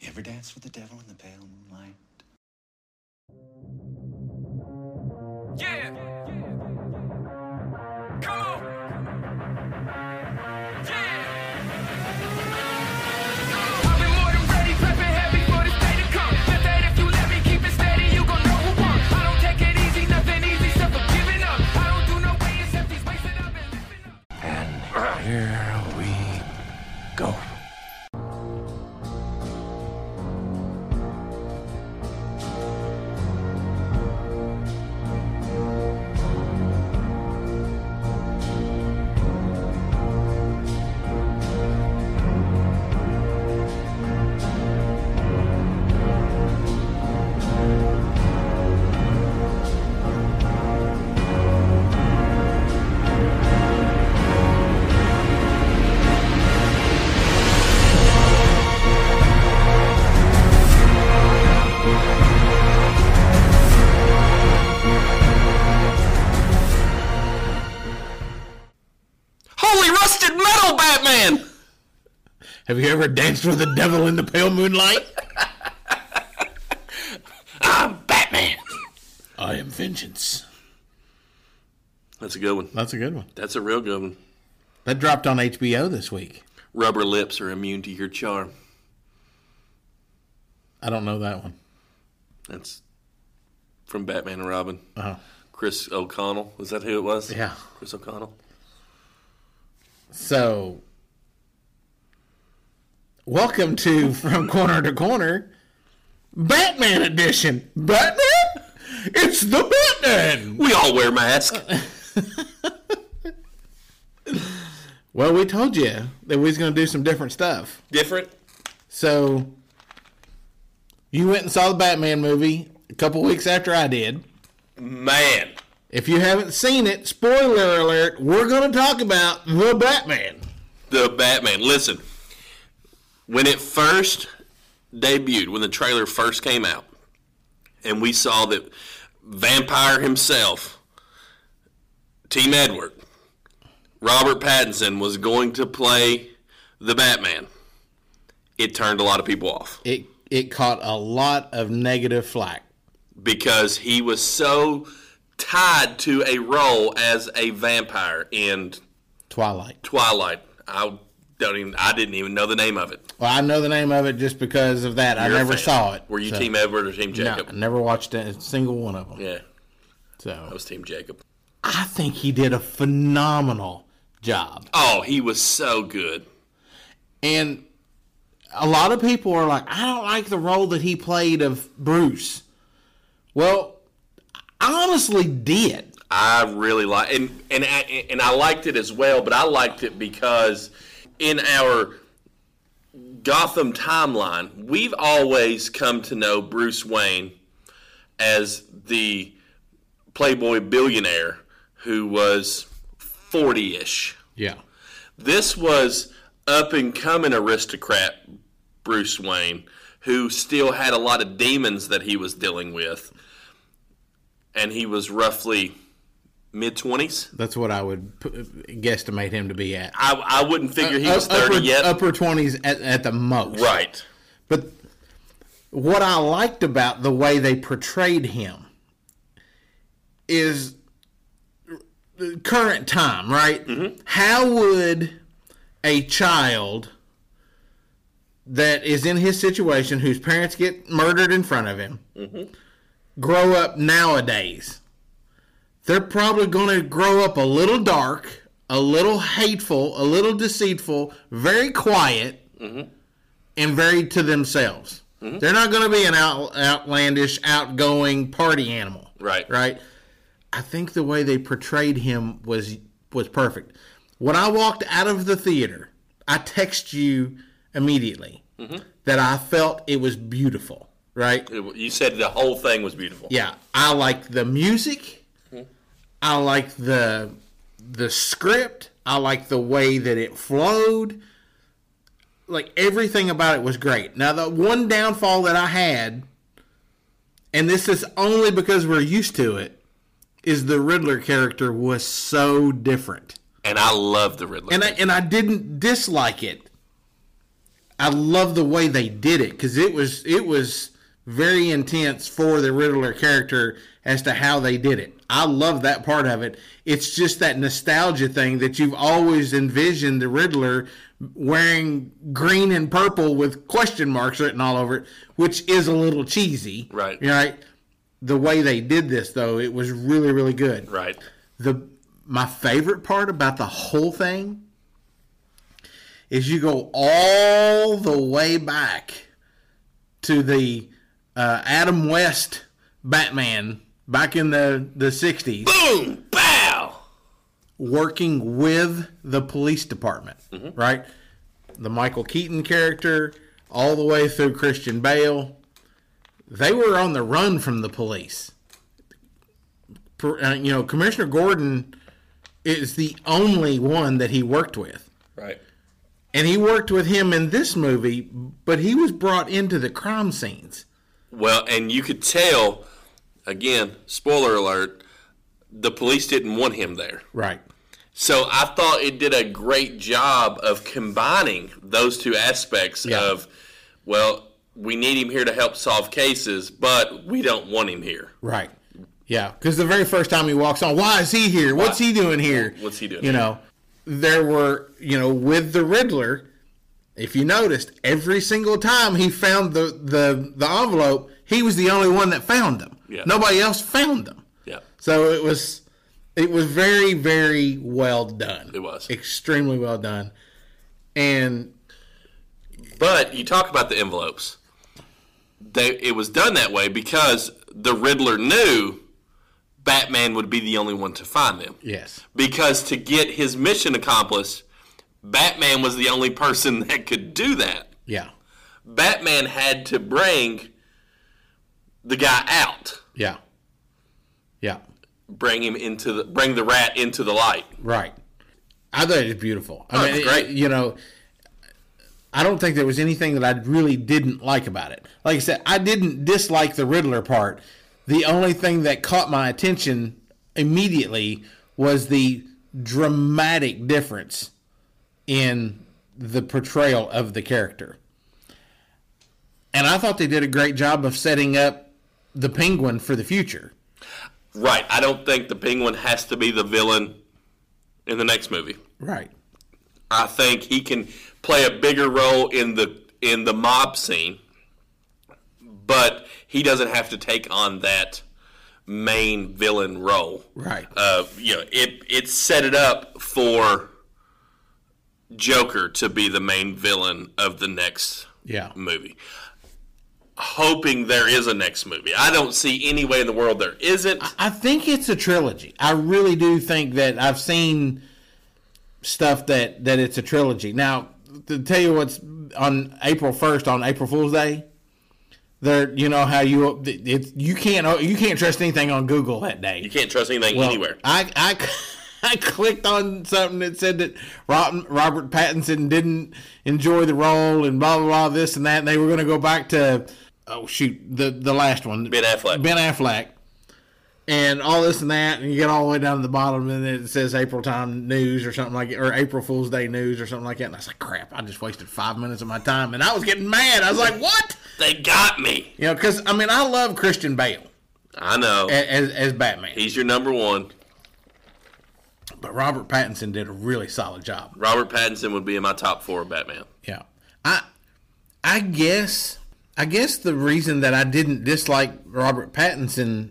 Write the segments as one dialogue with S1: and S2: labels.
S1: You ever dance with the devil in the pale moonlight?
S2: Yeah. Come on. Yeah. I've been more than ready, prepping heavy for this day to come. Bet that if you let me keep it steady, you gon' know who won. I don't take it easy, nothing easy, except for giving up. I don't do no way except these ways that I've been living up.
S3: Here we go.
S4: Holy rusted metal, Batman!
S3: Have you ever danced with the devil in the pale moonlight?
S4: Batman!
S3: I am vengeance.
S4: That's a good one.
S3: That's a good one.
S4: That's a real good one.
S3: That dropped on HBO this week.
S4: Rubber lips are immune to your charm.
S3: I don't know that one.
S4: That's from Batman and Robin.
S3: Oh,
S4: Chris O'Connell. Was that who it was?
S3: yeah.
S4: Chris O'Connell.
S3: So, welcome to From Corner to Corner, Batman Edition. Batman? It's the Batman!
S4: We all wear masks.
S3: Well, we told you that we was going to do some different stuff.
S4: Different.
S3: So, you went and saw the Batman movie a couple weeks after I did.
S4: Man.
S3: If you haven't seen it, spoiler alert, we're going to talk about the Batman.
S4: The Batman. Listen, when it first debuted, when the trailer first came out, and we saw that vampire himself, Team Edward, Robert Pattinson was going to play the Batman, it turned a lot of people off
S3: It it caught a lot of negative flack.
S4: because he was so tied to a role as a vampire in
S3: Twilight.
S4: Twilight. I don't even. I didn't even know the name of it.
S3: Well, I know the name of it just because of that. I
S4: You're a
S3: never
S4: fan.
S3: saw it.
S4: Were you
S3: so-
S4: Team Edward or Team
S3: No,
S4: Jacob?
S3: I never watched a single one of them.
S4: Yeah, I
S3: So
S4: was Team Jacob.
S3: I think he did a phenomenal job.
S4: Oh, he was so good.
S3: And a lot of people are like, I don't like the role that he played of Bruce. Well, I honestly did.
S4: I really like and and I, and I liked it as well, but I liked it because in our Gotham timeline, we've always come to know Bruce Wayne as the playboy billionaire who was 40-ish.
S3: Yeah.
S4: This was up and coming aristocrat Bruce Wayne, who still had a lot of demons that he was dealing with, and he was roughly mid twenties.
S3: That's what I would p- guesstimate him to be at.
S4: I, I wouldn't figure he was
S3: Up- upper,
S4: thirty yet.
S3: Upper 20s at, at the most.
S4: Right.
S3: But what I liked about the way they portrayed him is the current time, right? How would a child that is in his situation, whose parents get murdered in front of him, grow up nowadays? They're probably going to grow up a little dark, a little hateful, a little deceitful, very quiet and very to themselves. They're not going to be an out, outlandish, outgoing party animal.
S4: Right.
S3: Right. I think the way they portrayed him was was perfect. When I walked out of the theater, I text you immediately that I felt it was beautiful. Right.
S4: You said the whole thing was beautiful.
S3: Yeah, I like the music. I like the the script. I like the way that it flowed. Like everything about it was great. Now the one downfall that I had, and this is only because we're used to it, is the Riddler character was so different.
S4: And I love the Riddler.
S3: And I and I didn't dislike it. I love the way they did it because it was it was very intense for the Riddler character as to how they did it. I love that part of it. It's just that nostalgia thing that you've always envisioned the Riddler wearing green and purple with question marks written all over it, which is a little cheesy.
S4: Right.
S3: Right. The way they did this though, it was really really good
S4: Right.
S3: the my favorite part about the whole thing is you go all the way back to the uh, Adam West Batman back in the the 60s
S4: Boom! Bow!
S3: working with the police department right the Michael Keaton character all the way through Christian Bale they were on the run from the police per- uh, you know, Commissioner Gordon is the only one that he worked with.
S4: Right.
S3: And he worked with him in this movie, but he was brought into the crime scenes.
S4: Well, and you could tell, again, spoiler alert, the police didn't want him there.
S3: Right.
S4: So I thought it did a great job of combining those two aspects
S3: Yeah.
S4: of, well, we need him here to help solve cases, but we don't want him here.
S3: Right. Yeah. Because the very first time he walks on, why is he here? What's he doing here?
S4: What's he doing
S3: You
S4: here?
S3: know, there were, you know, with the Riddler, if you noticed, every single time he found the, the, the envelope, he was the only one that found them.
S4: Yeah.
S3: Nobody else found them.
S4: Yeah.
S3: So it was it was very very well done.
S4: It was.
S3: extremely well done. And
S4: But you talk about the envelopes. They, it was done that way because the Riddler knew Batman would be the only one to find them.
S3: yes,
S4: Because to get his mission accomplished, Batman was the only person that could do that.
S3: yeah,
S4: Batman had to bring the guy out,
S3: yeah, yeah,
S4: bring him into the bring the rat into the light.
S3: right. I thought it was beautiful. I
S4: Oh,
S3: mean,
S4: it's
S3: it-
S4: great.
S3: you know, I don't think there was anything that I really didn't like about it. Like I said, I didn't dislike the Riddler part. The only thing that caught my attention immediately was the dramatic difference in the portrayal of the character. And I thought they did a great job of setting up the penguin for the future.
S4: Right. I don't think the penguin has to be the villain in the next movie.
S3: Right.
S4: I think he can play a bigger role in the in the mob scene, but he doesn't have to take on that main villain role.
S3: Right.
S4: Uh, you know, it it set it up for Joker to be the main villain of the next
S3: yeah.
S4: movie. Hoping there is a next movie. I don't see any way in the world there isn't.
S3: I think it's a trilogy. I really do think that I've seen stuff that that it's a trilogy. Now, to tell you what's on April first on April Fool's Day, there you know how you it, you can't you can't trust anything on Google that
S4: You
S3: day.
S4: can't trust anything
S3: Well,
S4: anywhere.
S3: I I. I clicked on something that said that Rob- Robert Pattinson didn't enjoy the role and blah blah blah this and that. And they were going to go back to oh shoot the the last one
S4: Ben Affleck.
S3: Ben Affleck, and all this and that, and you get all the way down to the bottom, and then it says April time news or something like it, or April Fool's Day news or something like that. And I was like, crap, I just wasted five minutes of my time, and I was getting mad. I was like, what?
S4: they got me.
S3: You know, because I mean, I love Christian Bale
S4: I know.
S3: a- as as Batman,
S4: He's your number one.
S3: but Robert Pattinson did a really solid job.
S4: Robert Pattinson would be in my top four of Batman.
S3: Yeah, I I guess I guess the reason that I didn't dislike Robert Pattinson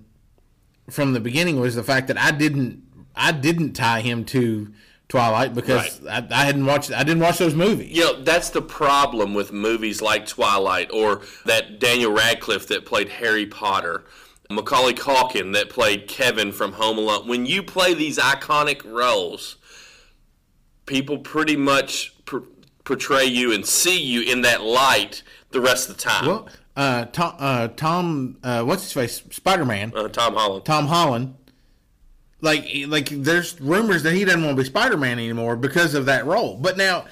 S3: from the beginning was the fact that I didn't I didn't tie him to Twilight because I, I hadn't watched I didn't watch those movies.
S4: You know, that's the problem with movies like Twilight or that Daniel Radcliffe that played Harry Potter, Macaulay Calkin that played Kevin from Home Alone. When you play these iconic roles, people pretty much pr- portray you and see you in that light the rest of the time.
S3: Well, uh, Tom, uh, Tom uh, what's his face Spider Man
S4: uh, Tom Holland.
S3: Tom Holland. Like, like, there's rumors that he doesn't want to be Spider-Man anymore because of that role. But now,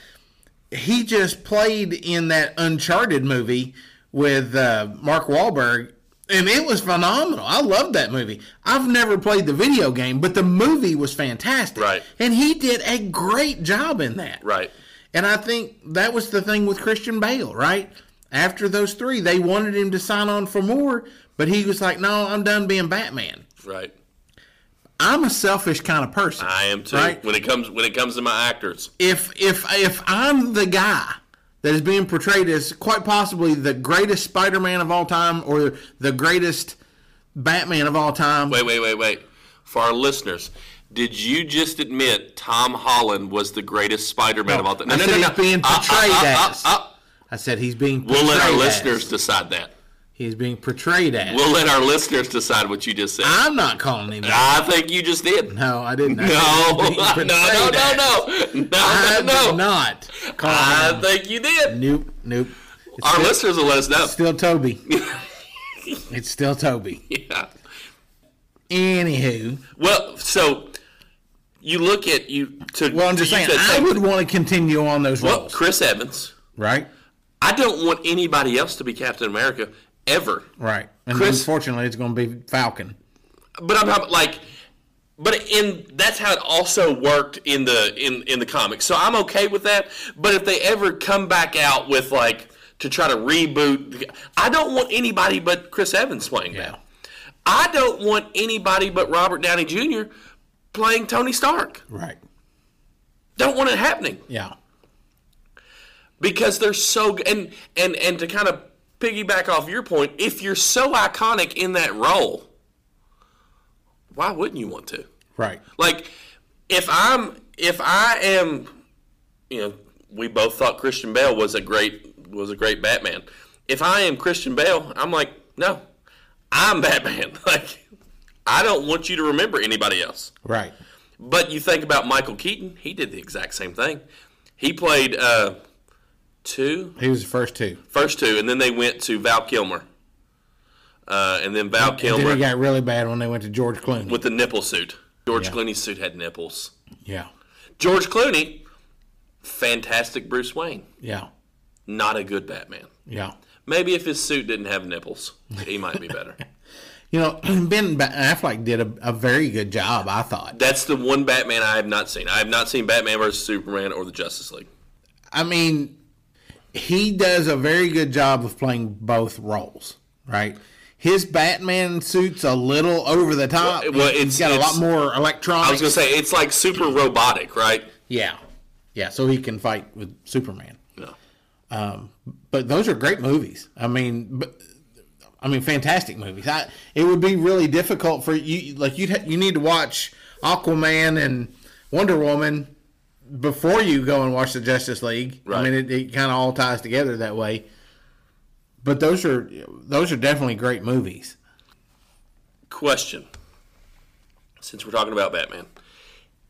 S3: he just played in that Uncharted movie with uh, Mark Wahlberg, and it was phenomenal. I loved that movie. I've never played the video game, but the movie was fantastic.
S4: Right.
S3: And he did a great job in that.
S4: Right.
S3: And I think that was the thing with Christian Bale, right? After those three, they wanted him to sign on for more, but he was like, "No, I'm done being Batman.
S4: Right.
S3: I'm a selfish kind of person.
S4: I am too.
S3: Right?
S4: When it comes when it comes to my actors,
S3: if if if I'm the guy that is being portrayed as quite possibly the greatest Spider-Man of all time or the greatest Batman of all time,
S4: wait, wait, wait, wait. For our listeners, did you just admit Tom Holland was the greatest Spider-Man of all time?
S3: I said he's being
S4: Uh, uh,
S3: portrayed
S4: uh,
S3: as.
S4: uh, uh.
S3: I said he's being portrayed
S4: We'll let our
S3: as.
S4: listeners decide that.
S3: He's being portrayed as.
S4: We'll let our listeners decide what you just said.
S3: I'm not calling him. that.
S4: I think you just did.
S3: no, I didn't. I
S4: No, no,
S3: said he's
S4: no, no, no,
S3: being portrayed as.
S4: no,
S3: I
S4: no, no.
S3: did not call
S4: I
S3: him.
S4: think you did.
S3: Nope, nope. It's
S4: Our
S3: still,
S4: listeners will let us know.
S3: still Toby. it's still Toby.
S4: Yeah.
S3: Anywho,
S4: Well, so you look at you. To,
S3: well, I'm just
S4: to use
S3: saying
S4: that
S3: I
S4: same-
S3: would want to continue on those
S4: Well,
S3: roles,
S4: Chris Evans.
S3: right?
S4: I don't want anybody else to be Captain America ever.
S3: Right. And
S4: Chris-
S3: unfortunately, it's going to be Falcon.
S4: But I'm not like. But in that's how it also worked in the in in the comics. So I'm okay with that. But if they ever come back out with like to try to reboot, the- I don't want anybody but Chris Evans playing that. I don't want anybody but Robert Downey Jr. playing Tony Stark.
S3: Right.
S4: Don't want it happening.
S3: Yeah.
S4: because they're so g- and and and to kind of piggyback off your point if you're so iconic in that role why wouldn't you want to
S3: Right.
S4: like if i'm if i am you know we both thought christian bale was a great was a great batman if i am christian bale i'm like no i'm batman like i don't want you to remember anybody else
S3: Right.
S4: but you think about michael keaton he did the exact same thing he played uh two
S3: He was the first two.
S4: First two, and then they went to Val Kilmer. Uh, and then Val
S3: Then
S4: Kilmer
S3: he got really bad when they went to George Clooney.
S4: with the nipple suit. George
S3: Yeah.
S4: Clooney's suit had nipples.
S3: yeah.
S4: George Clooney, fantastic Bruce Wayne.
S3: Yeah.
S4: Not a good Batman.
S3: Yeah.
S4: Maybe if his suit didn't have nipples, he might be better.
S3: You know, Ben Ba- Affleck did a, a very good job, I thought.
S4: That's the one Batman I have not seen. I have not seen Batman versus Superman or the Justice League.
S3: I mean, he does a very good job of playing both roles, right? His Batman suit's a little over the top.
S4: Well, well, it's-
S3: He's got a lot
S4: it's-
S3: more electronics.
S4: I was gonna say it's like super robotic, right?
S3: yeah. Yeah, so he can fight with Superman.
S4: No.
S3: Um, but those are great movies. I mean, but, I mean, fantastic movies. I, it would be really difficult for you, like you, would you need to watch Aquaman and Wonder Woman before you go and watch the Justice League. I
S4: Right.
S3: mean, it, it kind of all ties together that way. But those are those are definitely great movies.
S4: Question. Since we're talking about Batman,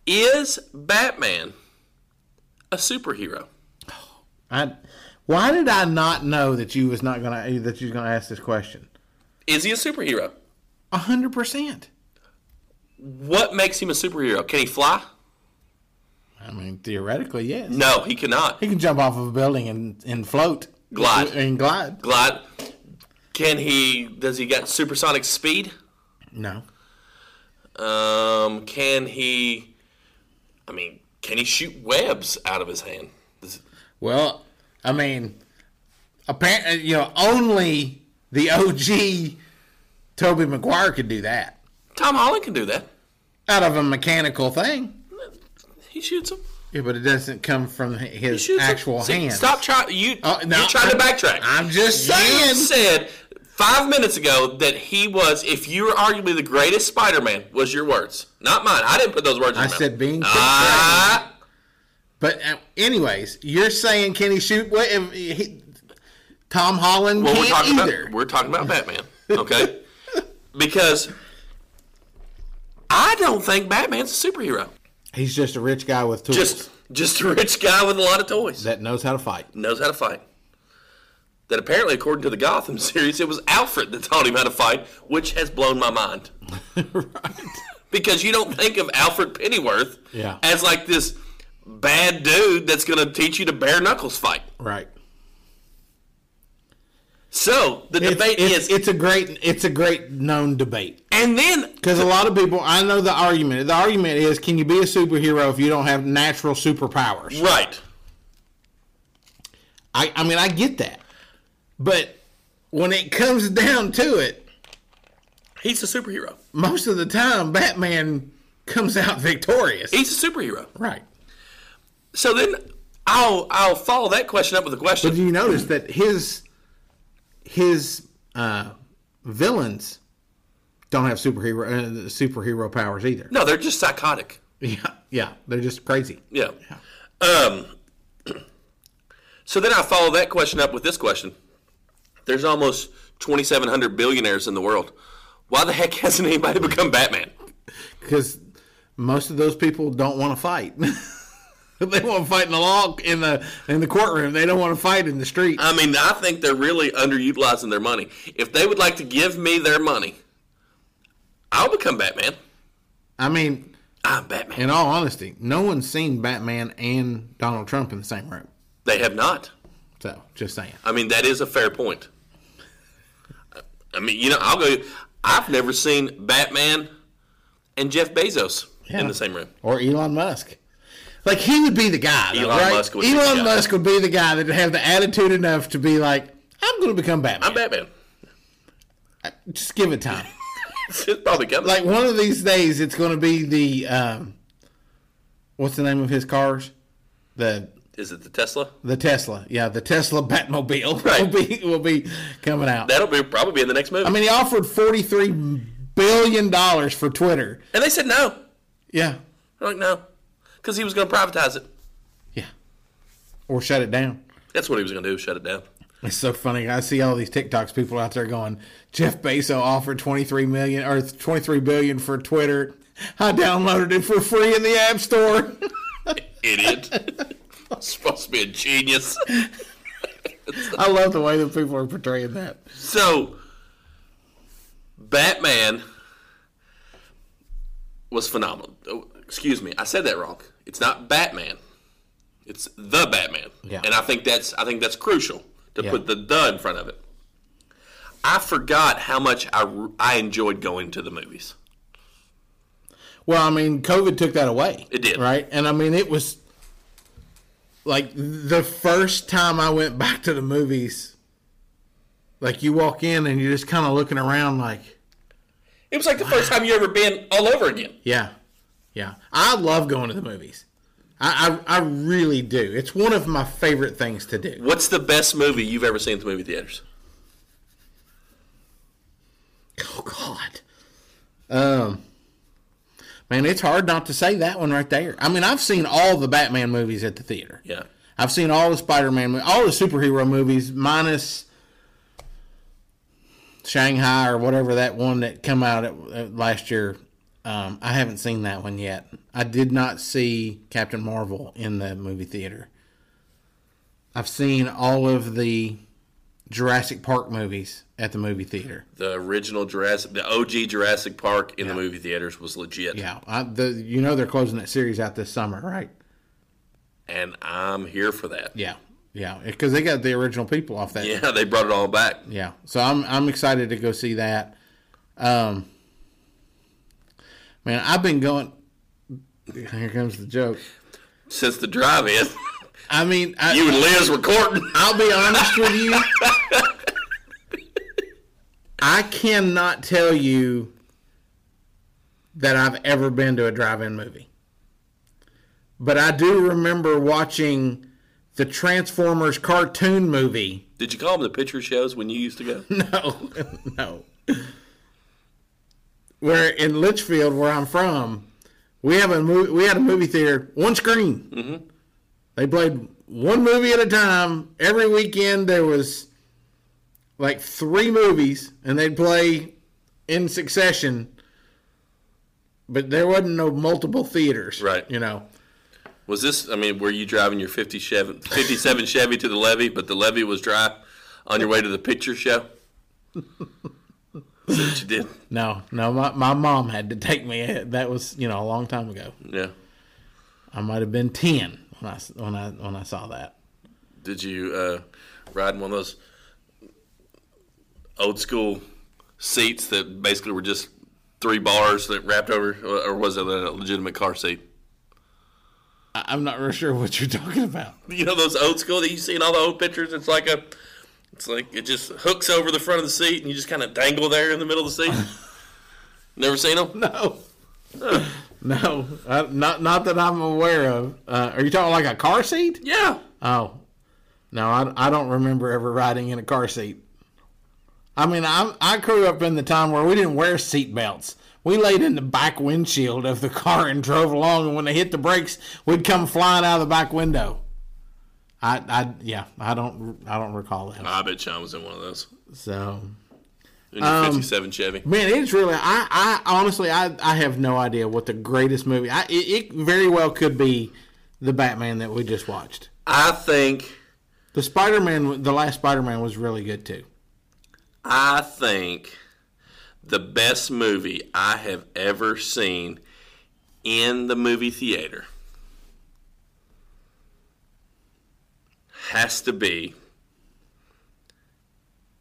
S4: is Batman a superhero?
S3: I, why did I not know that you was not gonna that you was gonna ask this question?
S4: Is he a superhero?
S3: A hundred percent.
S4: What makes him a superhero? Can he fly?
S3: I mean, theoretically, yes.
S4: No, he cannot.
S3: He can jump off of a building and, and float.
S4: Glide.
S3: And glide.
S4: Glide. Can he? Does he got supersonic speed?
S3: No.
S4: Um, can he? I mean, can he shoot webs out of his hand? Does-
S3: Well, I mean, apparently, you know, only the OG Toby McGuire could do that
S4: Tom Holland can do that.
S3: out of a mechanical thing.
S4: He shoots them.
S3: Yeah, but it doesn't come from his
S4: Shoots 'em.
S3: actual
S4: See,
S3: hands.
S4: Stop trying. You
S3: Oh, no,
S4: you tried to
S3: I'm-
S4: backtrack.
S3: I'm just
S4: You
S3: saying.
S4: said five minutes ago that he was, if you were arguably the greatest Spider-Man, was your words, not mine. I didn't put those words. in
S3: I
S4: your mouth. Uh,
S3: said being
S4: Ah,
S3: But uh, anyways, you're saying can he shoot? What if he, Tom Holland
S4: well, we're
S3: can't
S4: talking
S3: either.
S4: about we're talking about Batman, okay? because I don't think Batman's a superhero.
S3: He's just a rich guy with tools
S4: Just just a rich guy with a lot of toys
S3: that knows how to fight.
S4: knows how to fight. That apparently, according to the Gotham series, it was Alfred that taught him how to fight, which has blown my mind. because you don't think of Alfred Pennyworth
S3: Yeah.
S4: as like this bad dude that's going to teach you to bare knuckles fight.
S3: Right.
S4: So the debate
S3: it's,
S4: is,
S3: it's a great it's a great known debate.
S4: and then
S3: Because a lot of people, I know the argument. The argument is, can you be a superhero if you don't have natural superpowers?
S4: right,
S3: I, I mean, I get that. But when it comes down to it,
S4: He's a superhero.
S3: most of the time, Batman comes out victorious.
S4: He's a superhero.
S3: Right.
S4: So then I'll I'll follow that question up with a
S3: But
S4: question.
S3: do you notice that his his uh, villains don't have superhero uh, superhero powers either?
S4: No, they're just psychotic.
S3: Yeah, yeah, they're just crazy.
S4: Yeah. Um, so then I follow that question up with this question. There's almost 2,700 billionaires in the world. Why the heck hasn't anybody become Batman?
S3: because most of those people don't want to fight. they want to fight in the law in the in the courtroom. They don't want to fight in the street.
S4: I mean, I think they're really underutilizing their money. If they would like to give me their money, I'll become Batman.
S3: I mean,
S4: I'm Batman.
S3: in all honesty, no one's seen Batman and Donald Trump in the same room.
S4: They have not.
S3: So just saying.
S4: I mean, that is a fair point. I mean, you know, I'll go. I've never seen Batman and Jeff Bezos in
S3: Yeah.
S4: the same room.
S3: Or Elon Musk. Like he would be the guy. Though,
S4: Elon
S3: right?
S4: Musk would be
S3: Elon
S4: the guy.
S3: Musk would be the guy that have the attitude enough to be like, "I'm going to become Batman.
S4: I'm Batman.
S3: Just give it time."
S4: It's probably coming.
S3: like one of these days, it's going to be the um, what's the name of his cars? The
S4: is it the Tesla?
S3: The Tesla, yeah, the Tesla Batmobile
S4: Right.
S3: will be will be coming out.
S4: That'll be probably be in the next movie.
S3: I mean, he offered forty three billion dollars for Twitter.
S4: and they said no.
S3: Yeah,
S4: They're like no, because he was going to privatize it.
S3: yeah, or shut it down.
S4: That's what he was going to do. Shut it down.
S3: It's so funny. I see all these TikToks people out there going, Jeff Bezos offered twenty three million or twenty three billion for Twitter. I downloaded it for free in the App Store.
S4: Idiot. I'm supposed to be a genius.
S3: I love the way that people are portraying that.
S4: So, Batman was phenomenal. Oh, excuse me, I said that wrong. It's not Batman. It's the Batman.
S3: Yeah.
S4: And I think that's I think that's crucial to
S3: Yeah.
S4: put the the in front of it. I forgot how much I, r- I enjoyed going to the movies.
S3: Well, I mean, COVID took that away.
S4: It did.
S3: Right? And I mean, it was like the first time I went back to the movies, like you walk in and you're just kind of looking around like,
S4: It was like the first time you ever been all over again.
S3: yeah, yeah. I love going to the movies. I, I, I really do. It's one of my favorite things to do.
S4: What's the best movie you've ever seen at the movie theaters?
S3: Oh, God. Um, man, it's hard not to say that one right there. I mean, I've seen all the Batman movies at the theater.
S4: Yeah.
S3: I've seen all the Spider-Man, mo- all the superhero movies, minus Shanghai or whatever that one that come out at, at last year. Um, I haven't seen that one yet. I did not see Captain Marvel in the movie theater. I've seen all of the Jurassic Park movies at the movie theater.
S4: The original Jurassic, the OG Jurassic Park in the movie theaters was legit.
S3: Yeah, I, the you know they're closing that series out this summer, right?
S4: And I'm here for that.
S3: Yeah, yeah, because they got the original people off that
S4: Yeah, they brought it all back.
S3: Yeah, so I'm I'm excited to go see that. Um, man, I've been going. Here comes the joke.
S4: Since the drive in,
S3: I mean, I,
S4: you and Liz were courting.
S3: I'll be honest with you. I cannot tell you that I've ever been to a drive-in movie, but I do remember watching the Transformers cartoon movie.
S4: Did you call them the picture shows when you used to go?
S3: No, no. Where in Litchfield, where I'm from, we have a movie, we had a movie theater, one screen. Mm-hmm. They played one movie at a time every weekend. There was like three movies, and they'd play in succession. But there wasn't no multiple theaters,
S4: Right.
S3: You know,
S4: Was this, I mean, were you driving your 57, 57 Chevy to the levee, but the levee was dry on your way to the picture show? Is that what you did?
S3: no, no. My my mom had to take me. That was you know a long time ago.
S4: Yeah.
S3: I might have been ten when I s- when I when I saw that.
S4: Did you uh, ride in one of those old school seats that basically were just three bars that wrapped over, or or was it a legitimate car seat?
S3: I- I'm not real sure what you're talking about.
S4: You know those old school that you see in all the old pictures. It's like a, it's like it just hooks over the front of the seat and you just kind of dangle there in the middle of the seat. Never seen them?
S3: No. No, uh, not not that I'm aware of. Uh, are you talking like a car seat?
S4: Yeah.
S3: Oh, no, I, I don't remember ever riding in a car seat. I mean, I I grew up in the time where we didn't wear seat belts. We laid in the back windshield of the car and drove along, and when they hit the brakes, we'd come flying out of the back window. I, I yeah, I don't I don't recall that.
S4: I bet Sean was in one of those.
S3: So
S4: In your '57 Chevy.
S3: Man, it's really. I, I honestly, I, I have no idea what the greatest movie. I, it, it very well could be the Batman that we just watched.
S4: I think.
S3: The Spider Man, the last Spider Man was really good too.
S4: I think the best movie I have ever seen in the movie theater has to be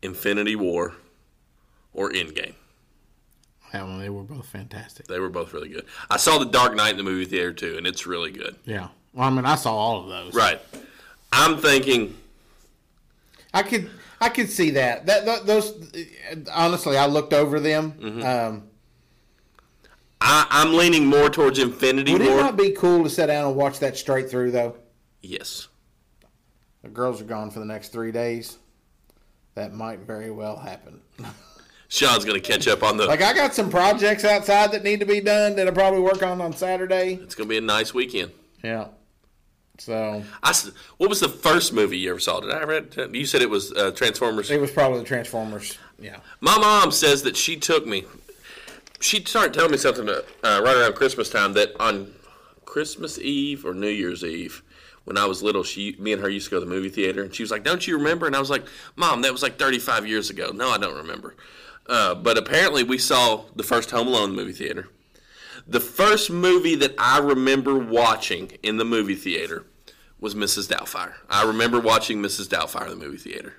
S4: Infinity War or Endgame.
S3: That one, they were both fantastic.
S4: They were both really good. I saw The Dark Knight in the movie theater too, and it's really good.
S3: Yeah. Well, I mean, I saw all of those.
S4: Right. I'm thinking
S3: I could, I could see that. That, that those. Honestly, I looked over them. Um,
S4: I, I'm leaning more towards Infinity
S3: would it
S4: War.
S3: not be cool to sit down and watch that straight through though?
S4: yes.
S3: The girls are gone for the next three days. That might very well happen.
S4: Sean's gonna catch up on the
S3: Like I got some projects outside that need to be done that I probably work on on Saturday.
S4: it's gonna be a nice weekend.
S3: Yeah. So
S4: I s what was the first movie you ever saw? Did I ever? You said it was uh, Transformers.
S3: it was probably the Transformers. Yeah.
S4: My mom says that she took me. She started telling me something uh, right around Christmas time that on Christmas Eve or New Year's Eve, when I was little, she, me and her used to go to the movie theater, and she was like, "Don't you remember?" And I was like, "Mom, that was like 35 years ago. No, I don't remember." Uh, but apparently, we saw the first Home Alone in the movie theater. The first movie that I remember watching in the movie theater was Mrs. Doubtfire. I remember watching Mrs. Doubtfire in the movie theater.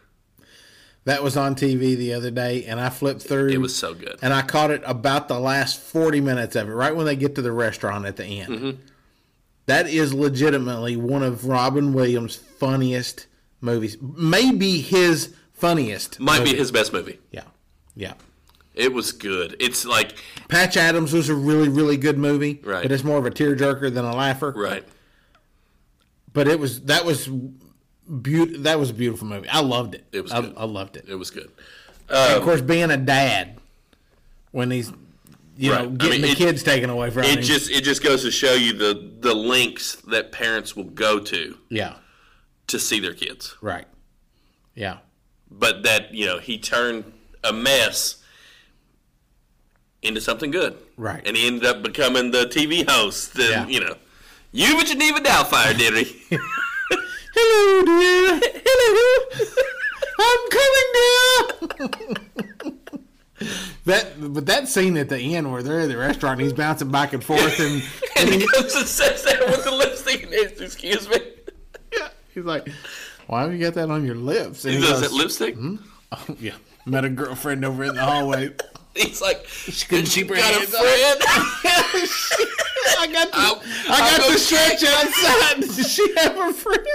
S3: That was on TV the other day and I flipped through
S4: It was so good.
S3: and I caught it about the last 40 minutes of it right when they get to the restaurant at the end.
S4: Mm-hmm.
S3: That is legitimately one of Robin Williams' funniest movies. Maybe his funniest.
S4: Might
S3: movie.
S4: be his best movie.
S3: Yeah. Yeah.
S4: It was good. It's like
S3: Patch Adams was a really, really good movie.
S4: Right.
S3: But it's more of a tearjerker than a laugher.
S4: right.
S3: but it was that was beautiful. That was a beautiful movie. I loved it.
S4: It was
S3: I,
S4: good. Um,
S3: I loved it.
S4: It was good.
S3: And of course, being a dad when he's you
S4: Right. I
S3: know
S4: mean,
S3: getting the
S4: it-
S3: kids taken away from
S4: It
S3: him.
S4: just it just goes to show you the the links that parents will go to
S3: yeah,
S4: to see their kids.
S3: right. Yeah,
S4: But that you know he turned a mess into something good.
S3: Right.
S4: And he ended up becoming the TV host. And,
S3: Yeah.
S4: You know, you but Geneva Doubtfire did he?
S3: Hello, dear. Hello. I'm coming now. that but that scene at the end where they're at the restaurant, and he's bouncing back and forth, and,
S4: and he goes and says that with the lipstick. and it's, Excuse me.
S3: he's like, "Why have you got that on your lips?" And
S4: He
S3: he
S4: does
S3: goes, "Hmm?"
S4: that lipstick.
S3: "Yeah, met a girlfriend over in the hallway."
S4: He's like,
S3: couldn't keep her
S4: got a
S3: hands up."
S4: friend.
S3: I got the, I,
S4: I'll
S3: got
S4: go
S3: the stretch outside. Does she have a friend?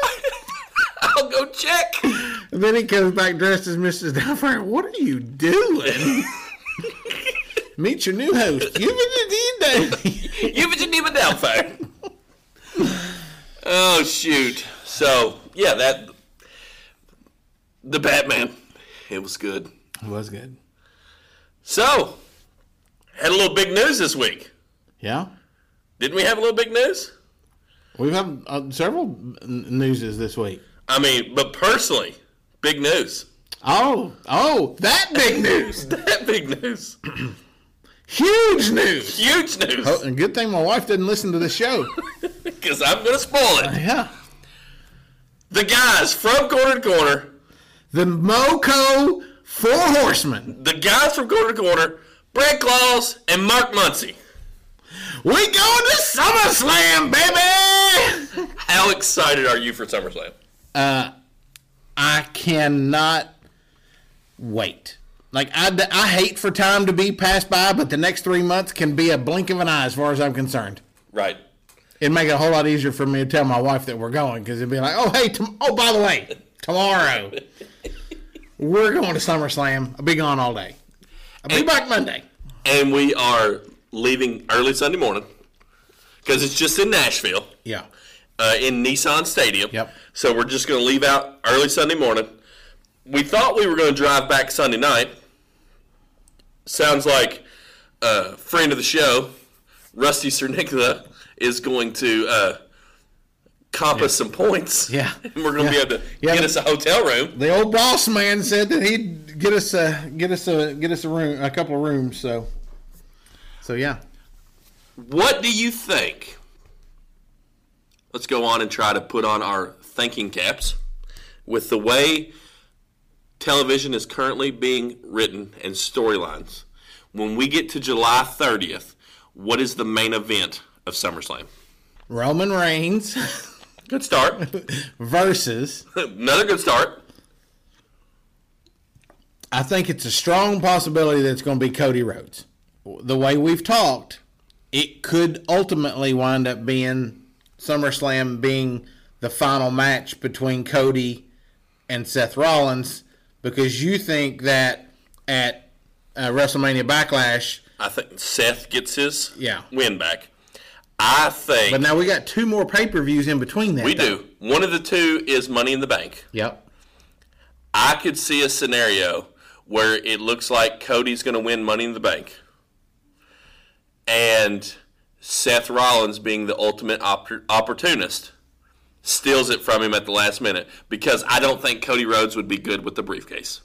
S4: I'll go check.
S3: And then he comes back dressed as Mrs. Doubtfire. What are you doing? Meet your new host. You've been the
S4: You but you need a downfire. oh shoot. So yeah, that the Batman. It was good.
S3: It was good.
S4: So had a little big news this week.
S3: Yeah.
S4: Didn't we have a little big news?
S3: We've had uh, several n- newses this week.
S4: I mean, but personally, big news.
S3: Oh, oh, that big news.
S4: That big news.
S3: Huge news.
S4: Huge news.
S3: Oh, and good thing my wife didn't listen to the show.
S4: Because I'm gonna spoil it.
S3: Yeah.
S4: The guys from corner to corner,
S3: The Moco Four Horsemen.
S4: the guys from corner to corner, Brett Claus and Mark Muncie.
S3: We going to SummerSlam, baby!
S4: How excited are you for SummerSlam?
S3: I cannot wait. Like I, I hate for time to be passed by, but the next three months can be a blink of an eye, as far as I'm concerned.
S4: Right.
S3: It'd make it a whole lot easier for me to tell my wife that we're going because it'd be like, oh, hey, tom- oh, by the way, tomorrow we're going to SummerSlam. I'll be gone all day. I'll be
S4: And-
S3: back Monday.
S4: And we are leaving early Sunday morning because it's just in Nashville,
S3: Yeah.
S4: uh, in Nissan Stadium.
S3: Yep.
S4: So we're just going to leave out early Sunday morning. We thought we were going to drive back Sunday night. Sounds like a friend of the show, Rusty Cernicla, is going to uh, comp us some points.
S3: Yeah.
S4: And we're going to
S3: Yeah.
S4: be able to
S3: Yeah.
S4: get us a hotel room.
S3: The old boss man said that he'd get us a get us a get us a room, a couple of rooms. So, so yeah.
S4: What do you think? Let's go on and try to put on our thinking caps. With the way television is currently being written and storylines, when we get to July 30th, what is the main event of SummerSlam?
S3: Roman Reigns
S4: Good start.
S3: versus.
S4: Another good start.
S3: I think it's a strong possibility that it's going to be Cody Rhodes. The way we've talked, it could ultimately wind up being SummerSlam being the final match between Cody and Seth Rollins because you think that at uh, WrestleMania Backlash,
S4: I think Seth gets his
S3: Yeah.
S4: win back. I think
S3: but now we got two more pay per views in between that.
S4: we
S3: though.
S4: do. One of the two is Money in the Bank.
S3: Yep.
S4: I could see a scenario where it looks like Cody's going to win Money in the Bank, and Seth Rollins, being the ultimate oppor- opportunist, steals it from him at the last minute because I don't think Cody Rhodes would be good with the briefcase,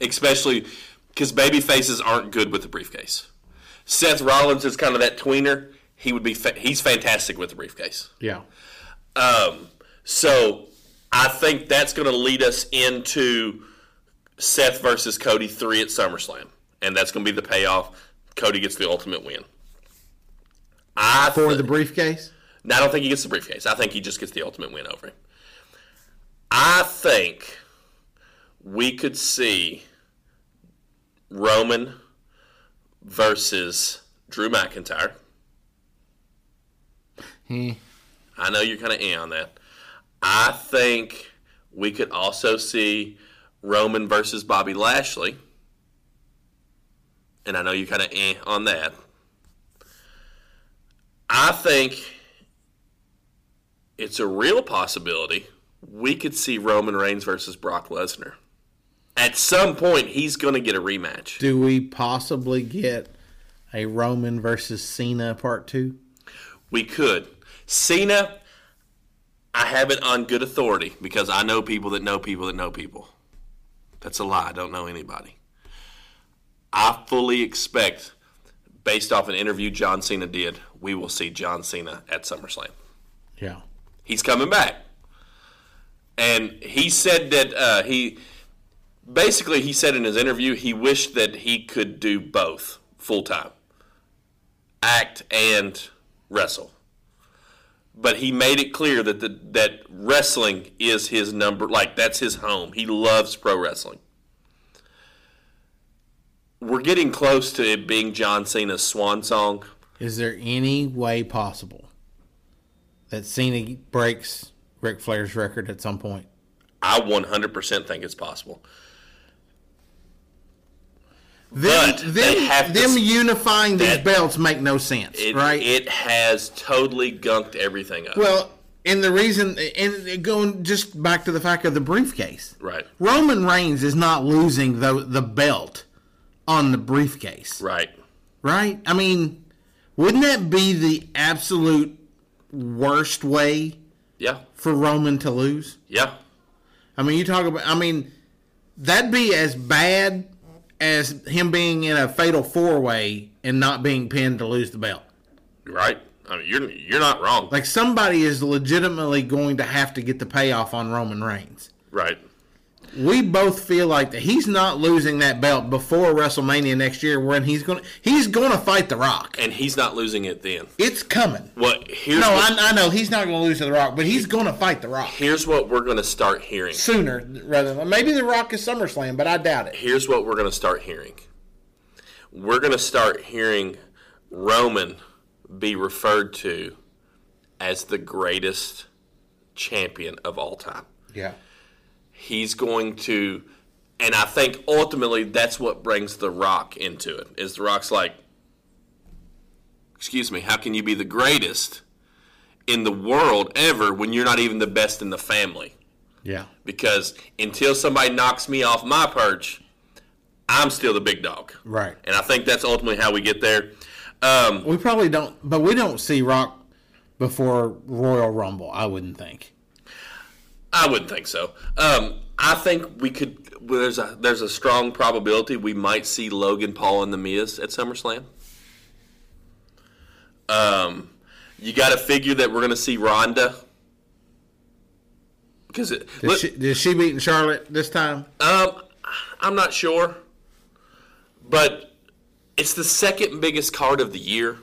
S4: especially because baby faces aren't good with the briefcase. Seth Rollins is kind of that tweener. He would be fa- he's fantastic with the briefcase.
S3: Yeah.
S4: Um, so I think that's going to lead us into Seth versus Cody 3 at SummerSlam. And that's going to be the payoff. Cody gets the ultimate win. I
S3: For
S4: thi-
S3: the briefcase.
S4: no, I don't think he gets the briefcase. I think he just gets the ultimate win over him. I think we could see Roman versus Drew McIntyre. I know you're kind of in on that. I think we could also see Roman versus Bobby Lashley. And I know you're kind of eh on that. I think it's a real possibility we could see Roman Reigns versus Brock Lesnar. At some point, he's going to get a rematch.
S3: Do we possibly get a Roman versus Cena part two?
S4: We could. Cena, I have it on good authority because I know people that know people that know people. That's a lie. I don't know anybody. I fully expect, based off an interview John Cena did, we will see John Cena at SummerSlam.
S3: Yeah.
S4: he's coming back. And he said that uh, he basically he said in his interview he wished that he could do both full time, act and wrestle. But he made it clear that the, that wrestling is his number, like that's his home. He loves pro wrestling. We're getting close to it being John Cena's swan song.
S3: Is there any way possible that Cena breaks Ric Flair's record at some point?
S4: I 100% think it's possible.
S3: Them,
S4: But
S3: them,
S4: they have to
S3: them
S4: s-
S3: unifying these
S4: that-
S3: belts make no sense,
S4: It,
S3: right?
S4: It has totally gunked everything up.
S3: well, and the reason, and going just back to the fact of the briefcase,
S4: right.
S3: Roman Reigns is not losing the the belt on the briefcase,
S4: Right.
S3: right? I mean, wouldn't that be the absolute worst way
S4: Yeah.
S3: for Roman to lose?
S4: Yeah.
S3: I mean, you talk about. I mean, that'd be as bad as him being in a fatal four way and not being pinned to lose the belt.
S4: Right. I mean, you're you're not wrong.
S3: Like somebody is legitimately going to have to get the payoff on Roman Reigns.
S4: right.
S3: We both feel like that he's not losing that belt before WrestleMania next year, when he's going to he's going to fight The Rock.
S4: And he's not losing it then.
S3: It's coming.
S4: What here's
S3: No,
S4: what,
S3: I, I know he's not going to lose to The Rock, but he's going to fight The Rock
S4: here's what we're gonna start hearing.
S3: sooner rather than maybe The Rock is SummerSlam, but I doubt it.
S4: Here's what we're gonna start hearing. We're gonna start hearing Roman be referred to as the greatest champion of all time.
S3: Yeah.
S4: He's going to, and I think ultimately that's what brings The Rock into it. Is The Rock's like, excuse me, how can you be the greatest in the world ever when you're not even the best in the family?
S3: Yeah.
S4: Because until somebody knocks me off my perch, I'm still the big dog.
S3: Right.
S4: And I think that's ultimately how we get there. Um,
S3: We probably don't, but we don't see Rock before Royal Rumble. I wouldn't think.
S4: I wouldn't think so. Um, I think we could. well, There's a there's a strong probability we might see Logan Paul and The Miz at SummerSlam. Um, you got to figure that we're going to see Ronda because it,
S3: Did,
S4: look,
S3: she, did she beat Charlotte this time?
S4: um, I'm not sure, but it's the second biggest card of the year.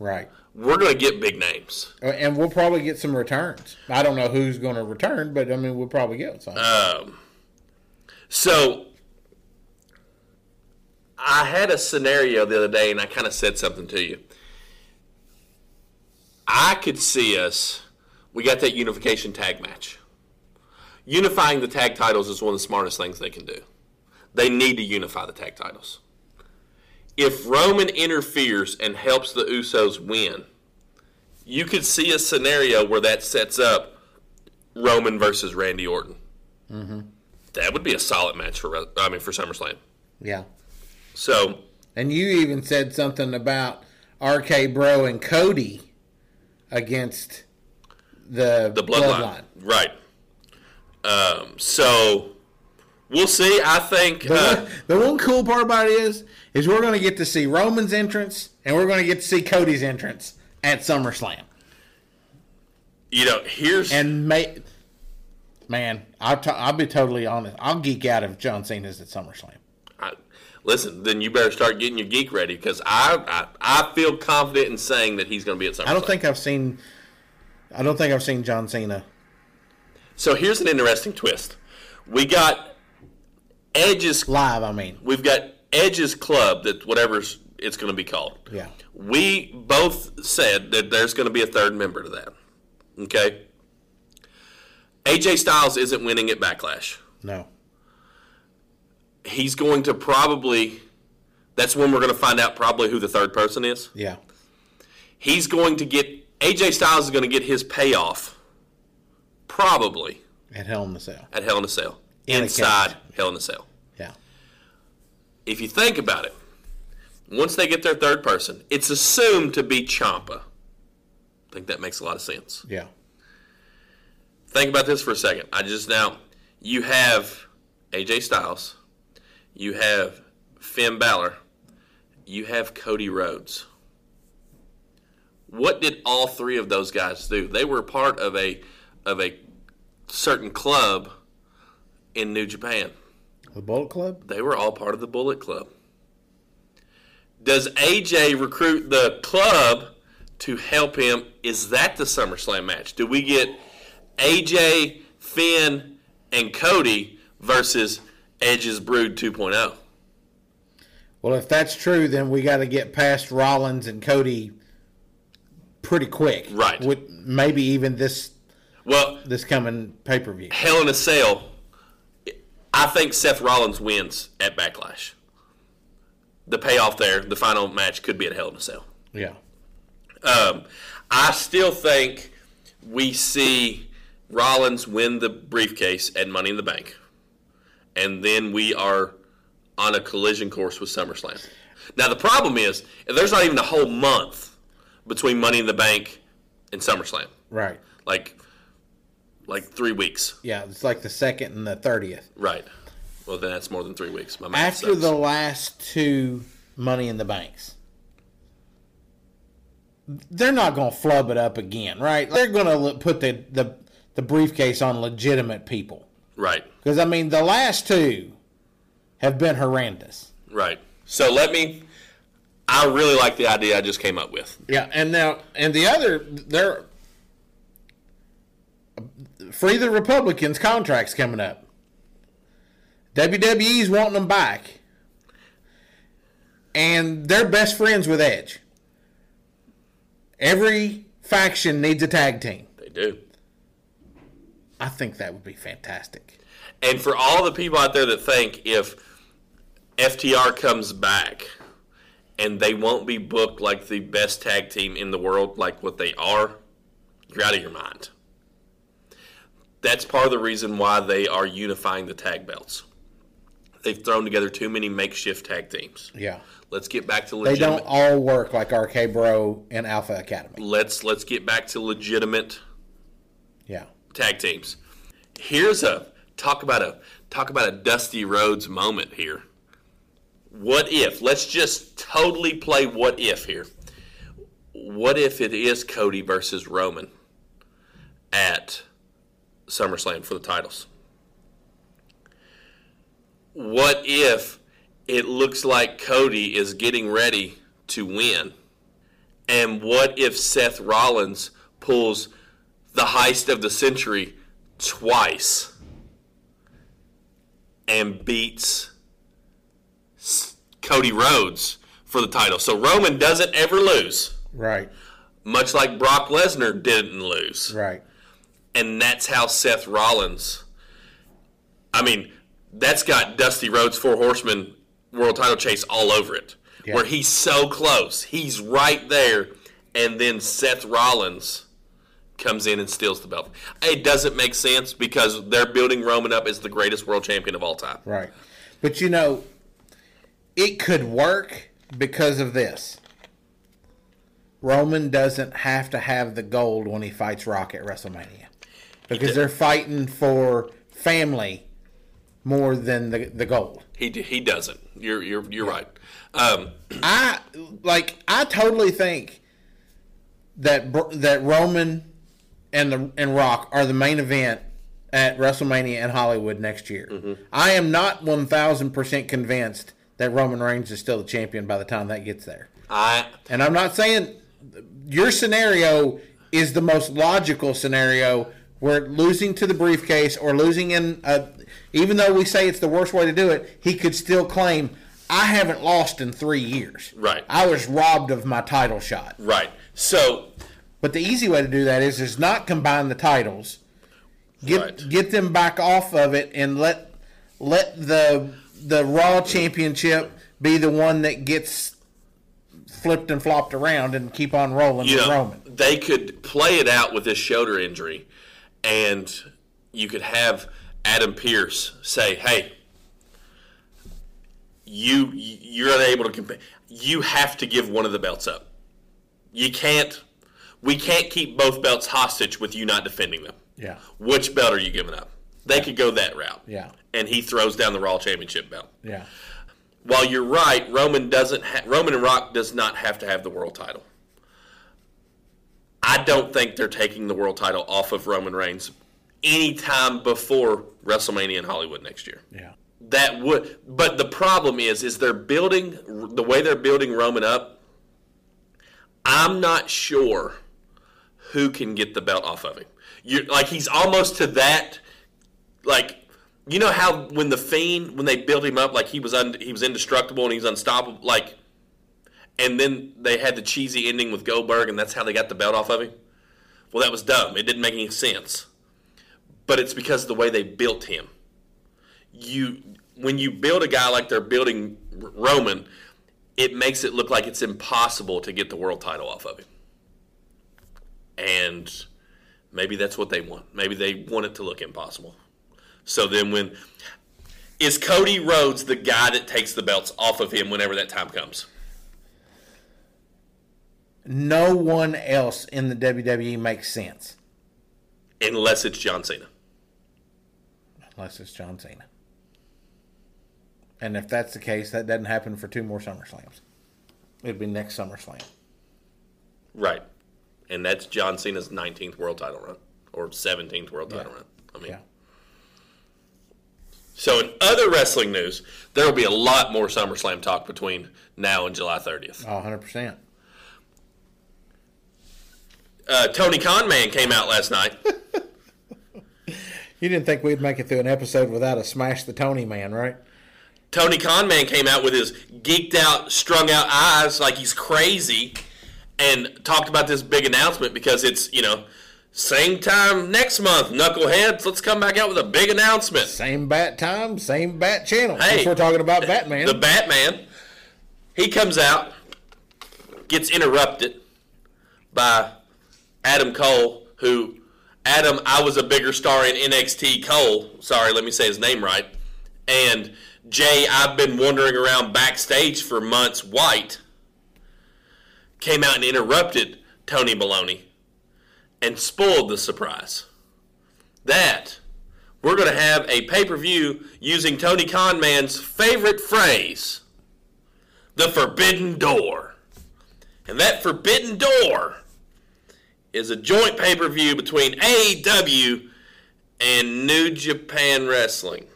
S3: Right.
S4: We're going to get big names.
S3: Uh, And we'll probably get some returns. I don't know who's going to return, but I mean, we'll probably get some.
S4: So I had a scenario the other day and I kind of said something to you. I could see us, we got that unification tag match. Unifying the tag titles is one of the smartest things they can do. They need to unify the tag titles. If Roman interferes and helps the Usos win, you could see a scenario where that sets up Roman versus Randy Orton. That would be a solid match for Re- I mean for SummerSlam.
S3: yeah.
S4: So
S3: And you even said something about RK Bro and Cody against the,
S4: the bloodline, right? Um, so we'll see. I think
S3: The,
S4: uh,
S3: one, the one cool part about it is, is we're going to get to see Roman's entrance and we're going to get to see Cody's entrance at SummerSlam.
S4: you know here's
S3: And may, man, I'll, t- I'll be totally honest. I'll geek out if John Cena's at SummerSlam.
S4: I, listen. Then you better start getting your geek ready because I, I I feel confident in saying that he's going to be at SummerSlam.
S3: I don't think I've seen. I don't think I've seen John Cena.
S4: so. Here's an interesting twist. We got Edge's
S3: Live, I mean.
S4: we've got Edge's club that whatever's it's going to be called.
S3: Yeah.
S4: We both said that there's going to be a third member to that. Okay. AJ Styles isn't winning at Backlash.
S3: No.
S4: He's going to probably. That's when we're going to find out probably who the third person is.
S3: Yeah.
S4: He's going to get AJ Styles is going to get his payoff, probably
S3: At Hell in a Cell.
S4: at Hell in a Cell
S3: In a
S4: inside Hell in a Cell.
S3: Yeah.
S4: if you think about it, once they get their third person, it's assumed to be Champa. I think that makes a lot of sense.
S3: Yeah.
S4: Think about this for a second. I just now you have AJ Styles, you have Finn Balor, you have Cody Rhodes. What did all three of those guys do? They were part of a of a certain club in New Japan.
S3: The Bullet Club?
S4: They were all part of the Bullet Club. Does AJ recruit the club to help him? Is that the SummerSlam match? Do we get AJ, Finn, and Cody versus Edge's Brood oh? 2.0?
S3: Well, if that's true, then we got to get past Rollins and Cody pretty quick.
S4: Right.
S3: With maybe even this
S4: Well,
S3: this coming pay per view.
S4: Hell in a Cell, I think Seth Rollins wins at Backlash. The payoff there, the final match could be at Hell in a Cell.
S3: Yeah.
S4: Um, I still think we see Rollins win the briefcase at Money in the Bank, and then we are on a collision course with SummerSlam. Now the problem is there's not even a whole month between Money in the Bank and SummerSlam,
S3: Right.
S4: like like three weeks,
S3: Yeah. It's like the second and the 30th.
S4: right? Well, then that's more than three weeks. My math
S3: After
S4: sucks.
S3: the last two Money in the Banks, they're not going to flub it up again, right? They're going to put the, the, the briefcase on legitimate people.
S4: right,
S3: Because, I mean, the last two have been horrendous.
S4: right. So let me. I really like the idea I just came up with.
S3: Yeah, and now and the other they're free the Republicans contracts coming up. WWE's wanting them back, and they're best friends with Edge. Every faction needs a tag team.
S4: They do.
S3: I think that would be fantastic.
S4: And for all the people out there that think if FTR comes back and they won't be booked like the best tag team in the world, like what they are, you're out of your mind. That's part of the reason why they are unifying the tag belts. They've thrown together too many makeshift tag teams.
S3: Yeah.
S4: Let's get back to
S3: They
S4: legitimate.
S3: don't all work like RK Bro and Alpha Academy.
S4: Let's let's get back to legitimate
S3: Yeah.
S4: tag teams. Here's a talk about a talk about a Dusty Rhodes moment here. What if? Let's just totally play what if here. What if it is Cody versus Roman at SummerSlam for the titles? What if it looks like Cody is getting ready to win? And what if Seth Rollins pulls the heist of the century twice and beats S- Cody Rhodes for the title? So Roman doesn't ever lose,
S3: Right.
S4: much like Brock Lesnar didn't lose.
S3: Right.
S4: And that's how Seth Rollins. I mean, that's got Dusty Rhodes Four Horsemen World Title Chase all over it.
S3: Yeah.
S4: Where he's so close, he's right there, and then Seth Rollins comes in and steals the belt. It doesn't make sense because they're building Roman up as the greatest world champion of all time.
S3: Right. But you know, it could work because of this. Roman doesn't have to have the gold when he fights Rock at WrestleMania. Because they're fighting for family more than the, the gold.
S4: He d- he doesn't. You're you're you're right. Um,
S3: I like I totally think that Br- that Roman and the and Rock are the main event at WrestleMania in Hollywood next year. I am not 1000% convinced that Roman Reigns is still the champion by the time that gets there.
S4: I
S3: And I'm not saying your scenario is the most logical scenario where losing to the briefcase or losing in, a, even though we say it's the worst way to do it, he could still claim, I haven't lost in three years.
S4: Right.
S3: I was robbed of my title shot.
S4: right. So
S3: But the easy way to do that is is not combine the titles. Get
S4: Right.
S3: get them back off of it and let let the the Raw championship be the one that gets flipped and flopped around and keep on rolling
S4: you
S3: with
S4: know,
S3: Roman.
S4: They could play it out with this shoulder injury, and you could have Adam Pierce say, "Hey, you you're unable to compete. You have to give one of the belts up. You can't. We can't keep both belts hostage with you not defending them.
S3: Yeah.
S4: Which belt are you giving up? They could go that route.
S3: Yeah.
S4: And he throws down the Raw Championship belt.
S3: Yeah.
S4: While you're right, Roman doesn't. Ha- Roman and Rock does not have to have the world title. I don't think they're taking the world title off of Roman Reigns anytime before WrestleMania in Hollywood next year.
S3: Yeah.
S4: That would, but the problem is, is they're building the way they're building Roman up. I'm not sure who can get the belt off of him. You're like he's almost to that, like you know how when the fiend when they built him up like he was un, he was indestructible and he was unstoppable like, and then they had the cheesy ending with Goldberg and that's how they got the belt off of him. Well, that was dumb. It didn't make any sense, but it's because of the way they built him you when you build a guy like they're building R- Roman, it makes it look like it's impossible to get the world title off of him. And maybe that's what they want. Maybe they want it to look impossible. So then when is Cody Rhodes the guy that takes the belts off of him whenever that time comes?
S3: No one else in the WWE makes sense
S4: Unless it's John Cena.
S3: unless it's John Cena. And if that's the case, that doesn't happen for two more SummerSlams. It'd be next SummerSlam.
S4: Right. And that's John Cena's 19th world title run or 17th world title
S3: Yeah.
S4: run. I mean,
S3: Yeah.
S4: So, in other wrestling news, there will be a lot more SummerSlam talk between now and July 30th.
S3: Oh, 100%.
S4: Uh, Tony Conman came out last night.
S3: You didn't think we'd make it through an episode without a smash the Tony man, right?
S4: Tony Conman came out with his geeked out, strung out eyes like he's crazy and talked about this big announcement because it's you know same time next month, knuckleheads. Let's come back out with a big announcement.
S3: Same bat time, same bat channel.
S4: Hey,
S3: Since we're talking about Batman.
S4: The Batman, he comes out, gets interrupted by Adam Cole, who Adam, I was a bigger star in NXT Cole. Sorry, let me say his name right. And Jay, I've been wandering around backstage for months. White came out and interrupted Tony Maloney and spoiled the surprise. That we're going to have a pay per view using Tony Conman's favorite phrase, the forbidden door. And that forbidden door is a joint pay per view between AEW and New Japan Wrestling.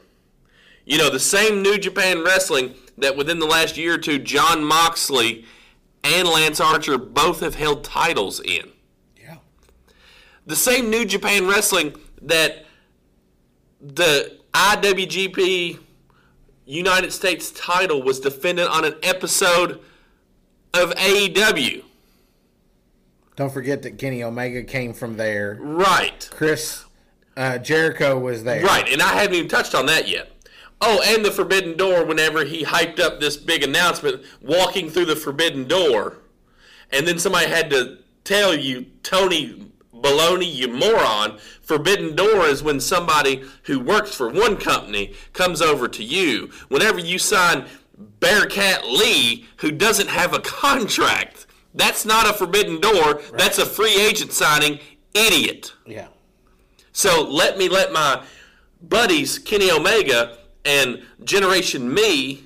S4: You know, the same New Japan Wrestling that within the last year or two, John Moxley and Lance Archer both have held titles in
S3: yeah.
S4: the same New Japan Wrestling that the IWGP United States title was defended on an episode of E AEW.
S3: Don't forget that Kenny Omega came from there.
S4: Right.
S3: Chris uh, Jericho was there.
S4: Right, and I haven't even touched on that yet. Oh, and the Forbidden Door, whenever he hyped up this big announcement, walking through the Forbidden Door, and then somebody had to tell you, Tony Baloney, you moron, Forbidden Door is when somebody who works for one company comes over to you. Whenever you sign Bearcat Lee, who doesn't have a contract, that's not a Forbidden Door, that's a free agent signing, idiot.
S3: Yeah.
S4: So let me let my buddies Kenny Omega and Generation Me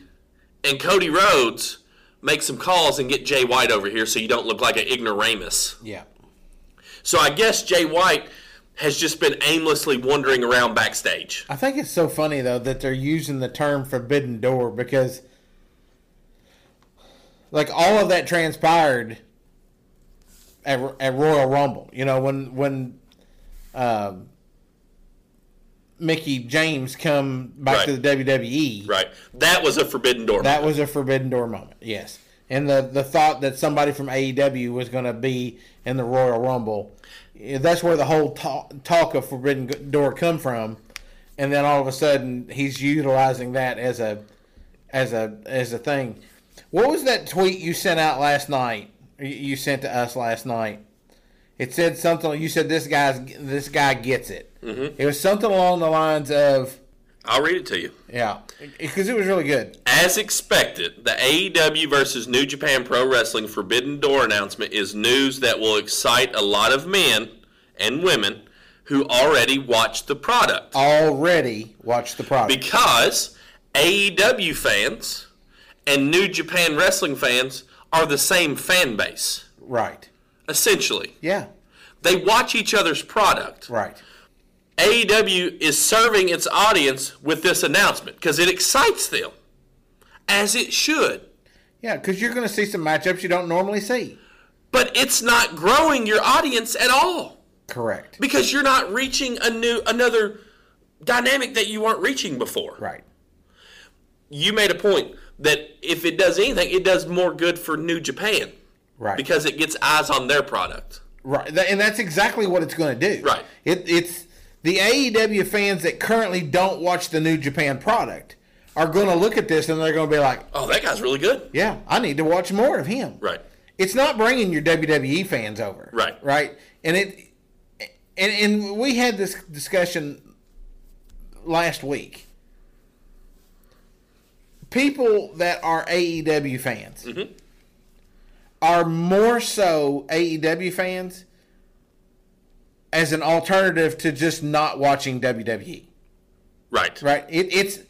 S4: and Cody Rhodes make some calls and get Jay White over here so you don't look like an ignoramus.
S3: Yeah.
S4: So I guess Jay White has just been aimlessly wandering around backstage.
S3: I think it's so funny though that they're using the term forbidden door because like all of that transpired at, at Royal Rumble. You know, when when um, Mickey James come back to
S4: Right.
S3: the E, WWE,
S4: Right. That was a forbidden door.
S3: that was a forbidden door moment. Yes. And the, the thought that somebody from AEW was going to be in the Royal Rumble, eh, that's where the whole talk, talk of forbidden g- door come from. And then all of a sudden, he's utilizing that as a as a as a thing. What was that tweet you sent out last night? or You you sent to us last night. It said something. You said this guy's this guy gets it. Mm-hmm. It was something along the lines of
S4: I'll read it to you.
S3: yeah, because it was really good.
S4: As expected, the AEW versus New Japan Pro Wrestling Forbidden Door announcement is news that will excite a lot of men and women who already watch the product.
S3: Already watched the product.
S4: Because AEW fans and New Japan Wrestling fans are the same fan base,
S3: Right.
S4: essentially.
S3: Yeah.
S4: They watch each other's product.
S3: Right.
S4: AEW is serving its audience with this announcement because it excites them, as it should.
S3: Yeah, because you're going to see some matchups you don't normally see.
S4: But it's not growing your audience at all.
S3: Correct.
S4: because you're not reaching a new another dynamic that you weren't reaching before.
S3: Right.
S4: You made a point that if it does anything, it does more good for New Japan
S3: Right.
S4: because it gets eyes on their product.
S3: right, Th- and that's exactly what it's going to do.
S4: Right.
S3: It, it's the AEW fans that currently don't watch the New Japan product are going to look at this and they're going to be like,
S4: Oh, that guy's really good.
S3: "Yeah, I need to watch more of him."
S4: Right.
S3: It's not bringing your WWE fans over.
S4: Right.
S3: Right. And it, and and we had this discussion last week. people that are AEW fans
S4: Mm-hmm.
S3: are more so AEW fans as an alternative to just not watching E. WWE.
S4: Right.
S3: Right? It, it's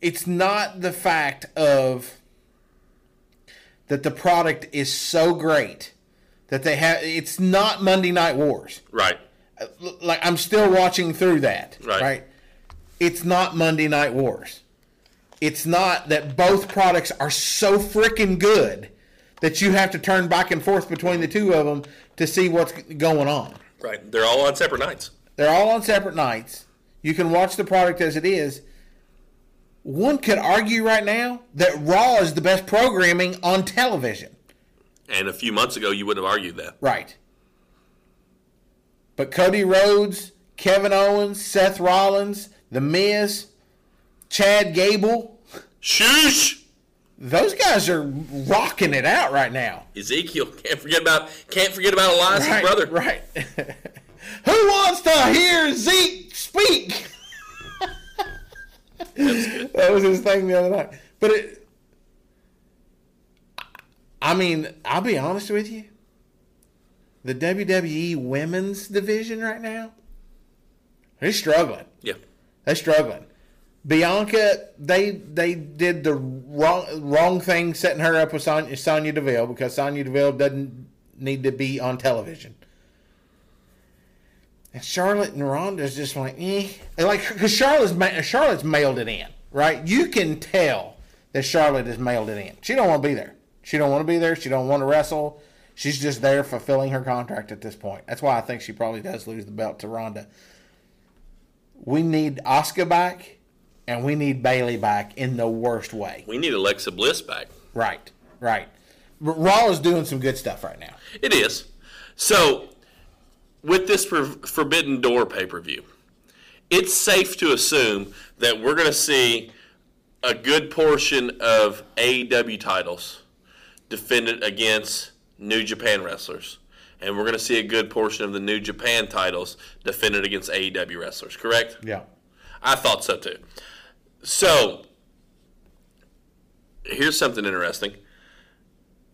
S3: it's not the fact of that the product is so great that they have. It's not Monday Night Wars
S4: Right.
S3: like I'm still watching through that.
S4: Right.
S3: Right. It's not Monday Night Wars. It's not that both products are so freaking good that you have to turn back and forth between the two of them to see what's going on.
S4: Right. They're all on separate nights.
S3: They're all on separate nights. You can watch the product as it is. One could argue right now that Raw is the best programming on television.
S4: And a few months ago, you wouldn't have argued that.
S3: Right. But Cody Rhodes, Kevin Owens, Seth Rollins, The Miz, Chad Gable,
S4: Shush!
S3: those guys are rocking it out right now.
S4: Ezekiel can't forget about can't forget about Elias'
S3: Right,
S4: brother.
S3: Right. Who wants to hear Zeke speak? that was his thing the other night. But it, I mean, I'll be honest with you. The WWE women's division right now, they're struggling.
S4: Yeah,
S3: They're struggling. Bianca, they they did the wrong wrong thing setting her up with Sonya, Sonya Deville because Sonya Deville doesn't need to be on television. And Charlotte and Ronda's just like, eh. And like, because Charlotte's, ma- Charlotte's mailed it in, right? You can tell that Charlotte has mailed it in. She don't want to be there. She don't want to be there. She don't want to wrestle. She's just there fulfilling her contract at this point. That's why I think she probably does lose the belt to Ronda we need Oscar back and we need Bailey back in the worst way.
S4: we need Alexa Bliss back.
S3: Right, right. R- Raw is doing some good stuff right now.
S4: It is. So, with this for, Forbidden Door pay per view, it's safe to assume that we're going to see a good portion of AEW titles defended against New Japan wrestlers. And we're going to see a good portion of the New Japan titles defended against AEW wrestlers, correct?
S3: Yeah.
S4: I thought so too. So, here's something interesting.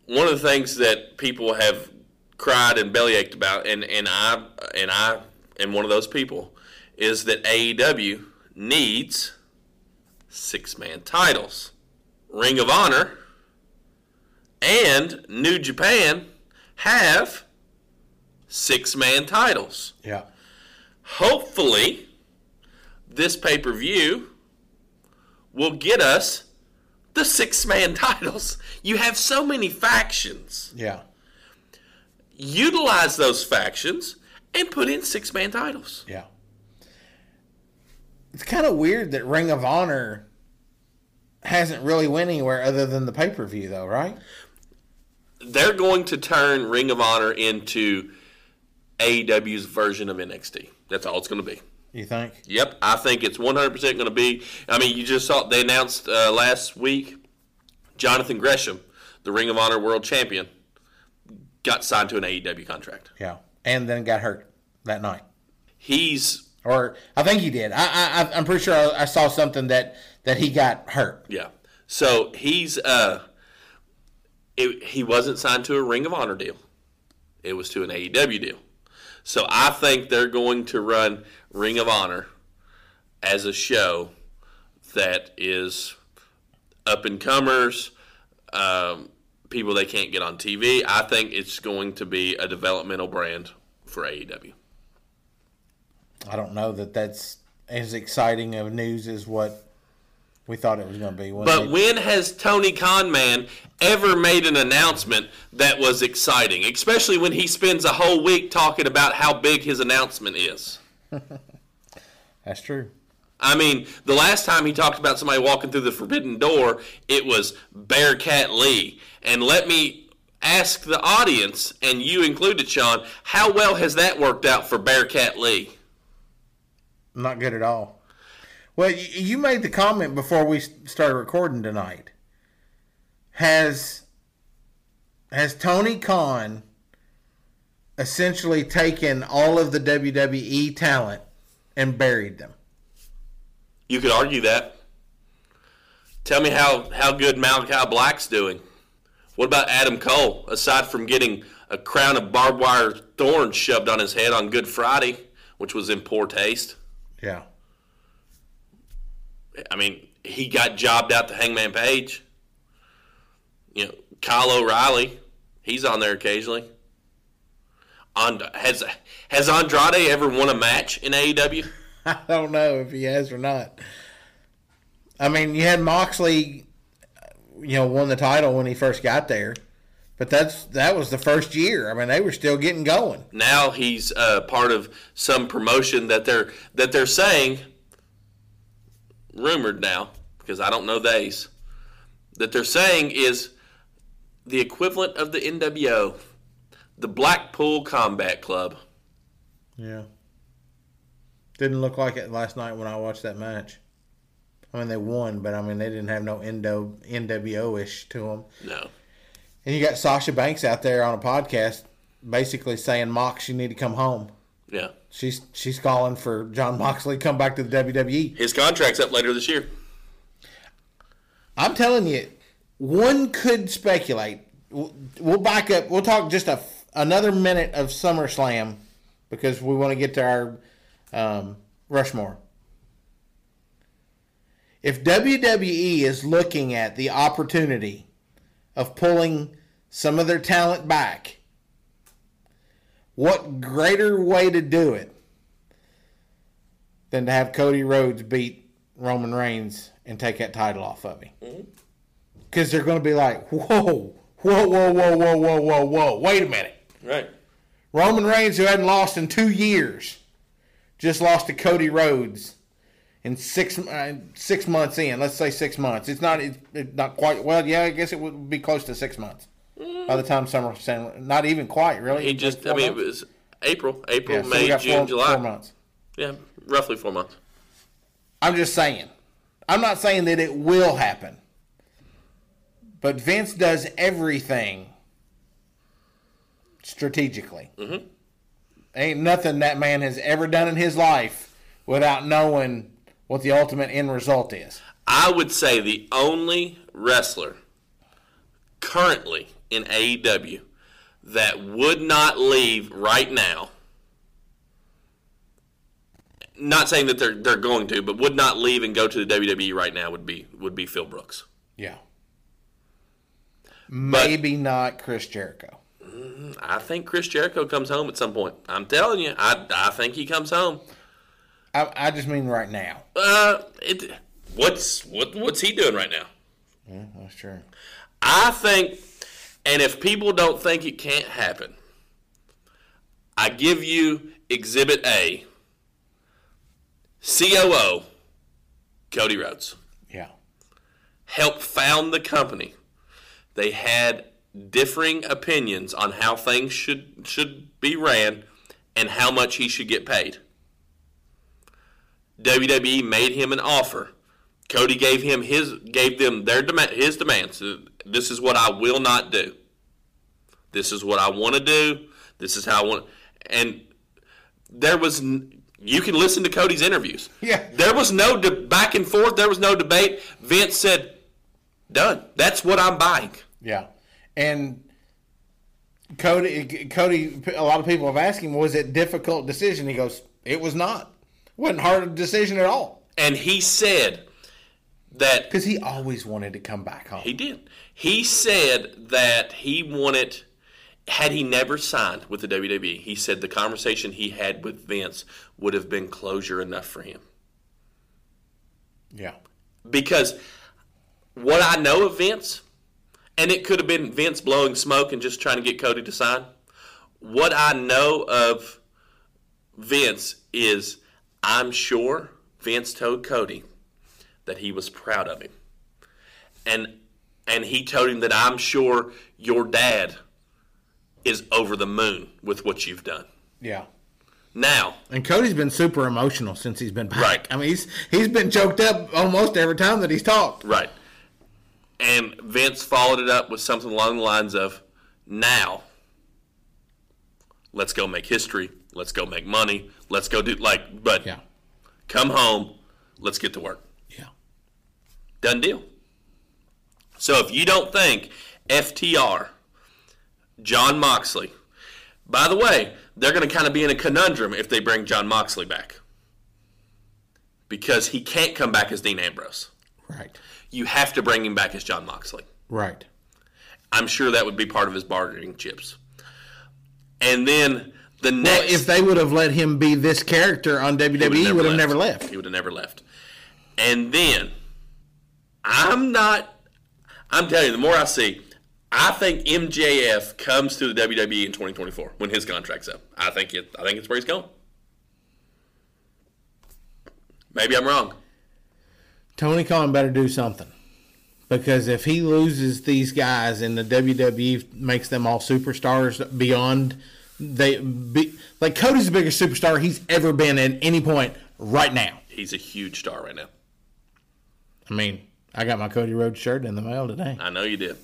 S4: One of the things that people have cried and bellyached about, and, and I and I am one of those people, is that AEW needs six man titles, Ring of Honor, and New Japan have six man titles
S3: Yeah.
S4: hopefully this pay-per-view will get us the six-man titles. You have so many factions.
S3: Yeah.
S4: Utilize those factions and put in six-man titles.
S3: Yeah. It's kind of weird that Ring of Honor hasn't really went anywhere other than the pay per view, though, right?
S4: They're going to turn Ring of Honor into AEW's version of NXT. That's all it's going to be.
S3: You think?
S4: Yep, I think it's 100% going to be. I mean, you just saw they announced uh, last week Jonathan Gresham, the Ring of Honor World Champion, got signed to an AEW contract.
S3: Yeah. And then got hurt that night.
S4: He's
S3: Or I think he did. I, I I- I'm pretty sure I, I saw something that that he got hurt.
S4: yeah. So he's uh it, he wasn't signed to a Ring of Honor deal. It was to an AEW deal. So I think they're going to run Ring of Honor as a show that is up and comers, um, people they can't get on TV. I think it's going to be a developmental brand for E AEW.
S3: I don't know that that's as exciting of news as what we thought it was going to be. when
S4: But
S3: they-
S4: when has Tony Conman ever made an announcement that was exciting? Especially when he spends a whole week talking about how big his announcement is.
S3: that's true.
S4: I mean, the last time he talked about somebody walking through the forbidden door, it was Bearcat Lee. And let me ask the audience, and you included, Sean, how well has that worked out for Bearcat Lee?
S3: Not good at all. Well, you, you made the comment before we s- started recording tonight. Has has Tony Khan essentially taken all of the WWE talent and buried them?
S4: You could argue that. Tell me how, how good Malachi Black's doing. What about Adam Cole? Aside from getting a crown of barbed wire thorns shoved on his head on Good Friday, which was in poor taste.
S3: Yeah.
S4: I mean, he got jobbed out to Hangman Page. You know, Kyle O'Reilly, he's on there occasionally. And, has has Andrade ever won a E match in AEW?
S3: I don't know if he has or not. I mean, you had Moxley, you know, won the title when he first got there, but that's that was the first year. I mean, they were still getting going.
S4: Now he's uh, part of some promotion that they're that they're saying, rumored now because I don't know these, that they're saying is the equivalent of the NWO, the Blackpool Combat Club.
S3: Yeah. Didn't look like it last night when I watched that match. I mean, they won, but I mean, they didn't have no endo, NWO ish to them.
S4: No.
S3: And you got Sasha Banks out there on a podcast basically saying, Mox, you need to come home.
S4: Yeah.
S3: She's she's calling for John Moxley to come back to the E." WWE.
S4: His contract's up later this year.
S3: I'm telling you, one could speculate. We'll we'll back up. We'll talk just a f another minute of SummerSlam because we want to get to our um, Rushmore. If WWE is looking at the opportunity of pulling some of their talent back, what greater way to do it than to have Cody Rhodes beat Roman Reigns and take that title off of him? Because they're going to be like, whoa, whoa, whoa, whoa, whoa, whoa, whoa, whoa, wait a minute.
S4: Right.
S3: Roman Reigns, who hadn't lost in two years, just lost to Cody Rhodes in six uh, six months in. Let's say six months. It's not it's it's not quite. Well, yeah, I guess it would be close to six months by the time Summer Not even quite, really.
S4: He
S3: Like
S4: just,
S3: four
S4: I mean, it
S3: months?
S4: was April, April,
S3: Yeah, so we
S4: May,
S3: got
S4: June,
S3: four-
S4: July.
S3: Four months.
S4: Yeah, roughly four months.
S3: I'm just saying. I'm not saying that it will happen. But Vince does everything strategically. Mm-hmm. Ain't nothing that man has ever done in his life without knowing what the ultimate end result is.
S4: I would say the only wrestler currently in AEW that would not leave right now. Not saying that they're they're going to, but would not leave and go to the WWE right now would be would be Phil Brooks.
S3: Yeah. Maybe not Chris Jericho.
S4: I think Chris Jericho comes home at some point. I'm telling you, I, I think he comes home.
S3: I, I just mean right now.
S4: Uh, it, what's what what's he doing right now?
S3: Yeah, that's true.
S4: I think, and if people don't think it can't happen, I give you Exhibit A, COO, Cody Rhodes.
S3: Yeah.
S4: Helped found the company. They had differing opinions on how things should should be ran and how much he should get paid. WWE E made him an offer. Cody gave him his gave them their dema- his demands. This is what I will not do. This is what I want to do. This is how I want. And there was n- you can listen to Cody's interviews.
S3: Yeah.
S4: There was no de- back and forth. There was no debate. Vince said, "Done. That's what I'm buying."
S3: Yeah, and Cody, Cody, a lot of people have asked him, was it difficult decision? He goes, it was not. wasn't hard a decision at all
S4: And he said that
S3: because he always wanted to come back home.
S4: He did. He said that he wanted, had he never signed with the WWE, he said the conversation he had with Vince would have been closure enough for him.
S3: yeah,
S4: Because what I know of Vince, and it could have been Vince blowing smoke and just trying to get Cody to sign, what I know of Vince is I'm sure Vince told Cody that he was proud of him. And and he told him that I'm sure your dad is over the moon with what you've done.
S3: yeah.
S4: Now,
S3: And Cody's been super emotional since he's been back.
S4: Right.
S3: I mean, he's he's been choked up almost every time that he's talked.
S4: Right. And Vince followed it up with something along the lines of, "Now, let's go make history. Let's go make money. Let's go do like, but
S3: Yeah,
S4: come home. Let's get to work.
S3: yeah,
S4: Done deal." So if you don't think FTR, John Moxley, by the way, they're going to kind of be in a conundrum if they bring John Moxley back because he can't come back as Dean Ambrose.
S3: right,
S4: You have to bring him back as John Moxley.
S3: right.
S4: I'm sure that would be part of his bargaining chips. And then the
S3: Well,
S4: next,
S3: if they would have let him be this character on WWE, he would have never left.
S4: He would have never left. And then I'm not. I'm telling you, the more I see, I think MJF comes to the WWE in 2024 when his contract's up. I think it. I think it's where he's going. Maybe I'm wrong.
S3: Tony Khan better do something Because if he loses these guys and the WWE makes them all superstars beyond they be, like Cody's the biggest superstar he's ever been at any point right now.
S4: He's a huge star right now.
S3: I mean, I got my Cody Rhodes shirt in the mail today.
S4: I know you did.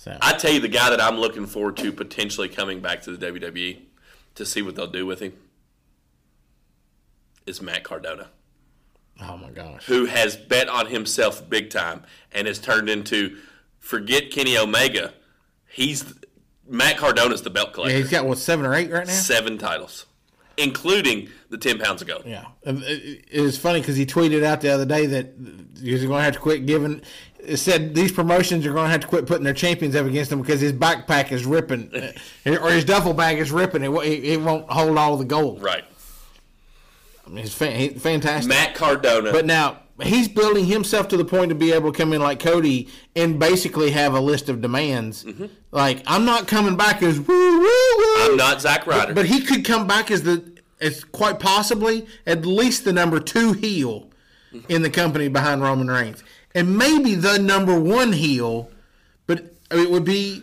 S3: So
S4: I tell you, the guy that I'm looking forward to potentially coming back to the WWE to see what they'll do with him is Matt Cardona,
S3: oh my gosh.
S4: who has bet on himself big time and has turned into forget Kenny Omega. He's Matt Cardona's the belt
S3: Yeah,
S4: collector.
S3: he's got what seven or eight right now.
S4: Seven titles, including the 10 pounds ago.
S3: Yeah, Um, it, it was funny because he tweeted out the other day that he's going to have to quit giving. It said these promotions are going to have to quit putting their champions up against him because his backpack is ripping, uh, or his duffel bag is ripping. It, wo- it, it won't hold all the gold.
S4: Right.
S3: I mean, it's fan, he- fantastic.
S4: Matt Cardona.
S3: But now he's building himself to the point to be able to come in like Cody and basically have a list of demands. Like I'm not coming back as woo woo woo.
S4: Mm-hmm. I'm not Zack Ryder.
S3: But he could come back as the as quite possibly at least the number two heel in the company behind Roman Reigns, and maybe the number one heel. But it would be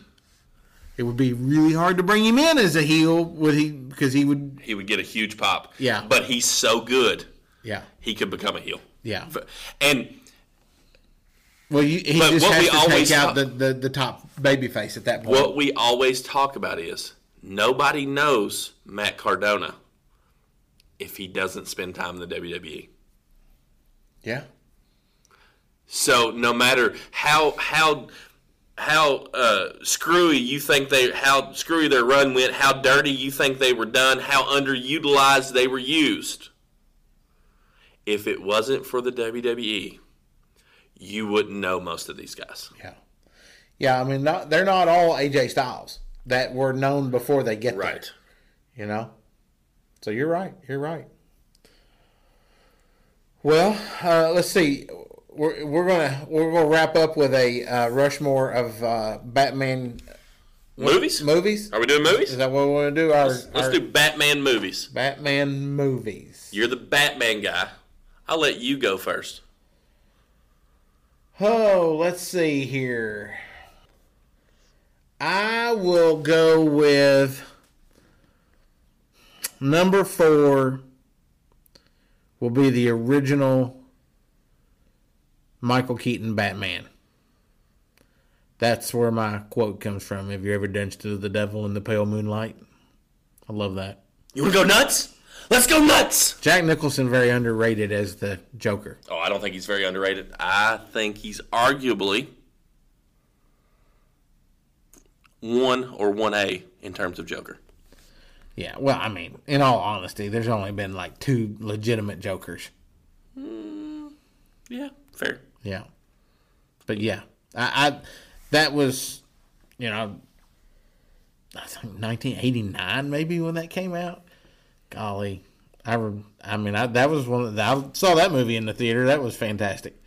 S3: it would be really hard to bring him in as a heel. Would he? Because he would.
S4: he would get a huge pop.
S3: Yeah.
S4: But he's so good,
S3: Yeah.
S4: he could become a heel.
S3: Yeah.
S4: And
S3: Well, you, he
S4: But
S3: just
S4: what we
S3: has to
S4: always
S3: take out
S4: talk-
S3: the, the, the top baby face at that point.
S4: what we always talk about is nobody knows Matt Cardona if he doesn't spend time in the E. WWE.
S3: yeah.
S4: So no matter how how how uh, screwy you think they how screwy their run went, how dirty you think they were done, how underutilized they were used. If it wasn't for the WWE, you wouldn't know most of these guys.
S3: Yeah. Yeah. I mean, not, they're not all AJ Styles that were known before they get there.
S4: Right.
S3: You know? So you're right. You're right. Well, uh, let's see. We're, we're gonna we're gonna wrap up with a uh, Rushmore of uh, Batman
S4: Movies?
S3: movies.
S4: Are we doing movies?
S3: Is that what we want to do? Our,
S4: Let's
S3: our
S4: do Batman movies.
S3: Batman movies.
S4: You're the Batman guy. I'll let you go first.
S3: Oh, let's see here. I will go with number four. Will be the original Michael Keaton Batman. That's where my quote comes from. Have you ever danced to the devil in the pale moonlight? I love that.
S4: You want to go nuts? Let's go nuts!
S3: Jack Nicholson very underrated as the Joker.
S4: Oh, I don't think he's very underrated. I think he's arguably one or one A in terms of Joker.
S3: Yeah, well, I mean, in all honesty, there's only been like two legitimate Jokers.
S4: Yeah, fair.
S3: Yeah. But yeah, I, I that was, you know, I think 1989 maybe when that came out. Golly, I re- I mean I, that was one of the, I saw that movie in the theater. That was fantastic.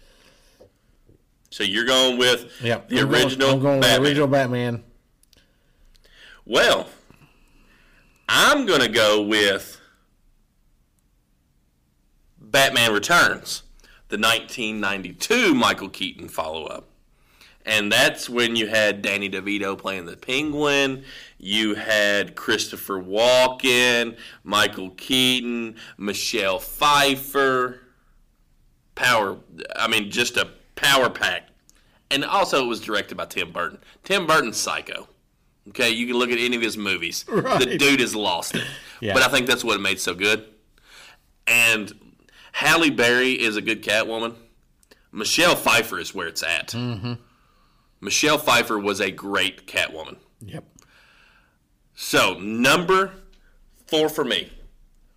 S4: So you're going with
S3: Yep.
S4: the
S3: I'm going-
S4: original
S3: I'm going with the
S4: Batman.
S3: original Batman.
S4: Well, I'm going to go with Batman Returns, the 1992 Michael Keaton follow up. And that's when you had Danny DeVito playing the Penguin. You had Christopher Walken, Michael Keaton, Michelle Pfeiffer. Power, I mean, just a power pack. And also, it was directed by Tim Burton. Tim Burton's psycho. Okay, you can look at any of his movies. The dude has lost it.
S3: Yeah.
S4: But I think that's what it made it so good. And Halle Berry is a good Catwoman. Michelle Pfeiffer is where it's at. Michelle Pfeiffer was a great Catwoman.
S3: Yep.
S4: So number four for me,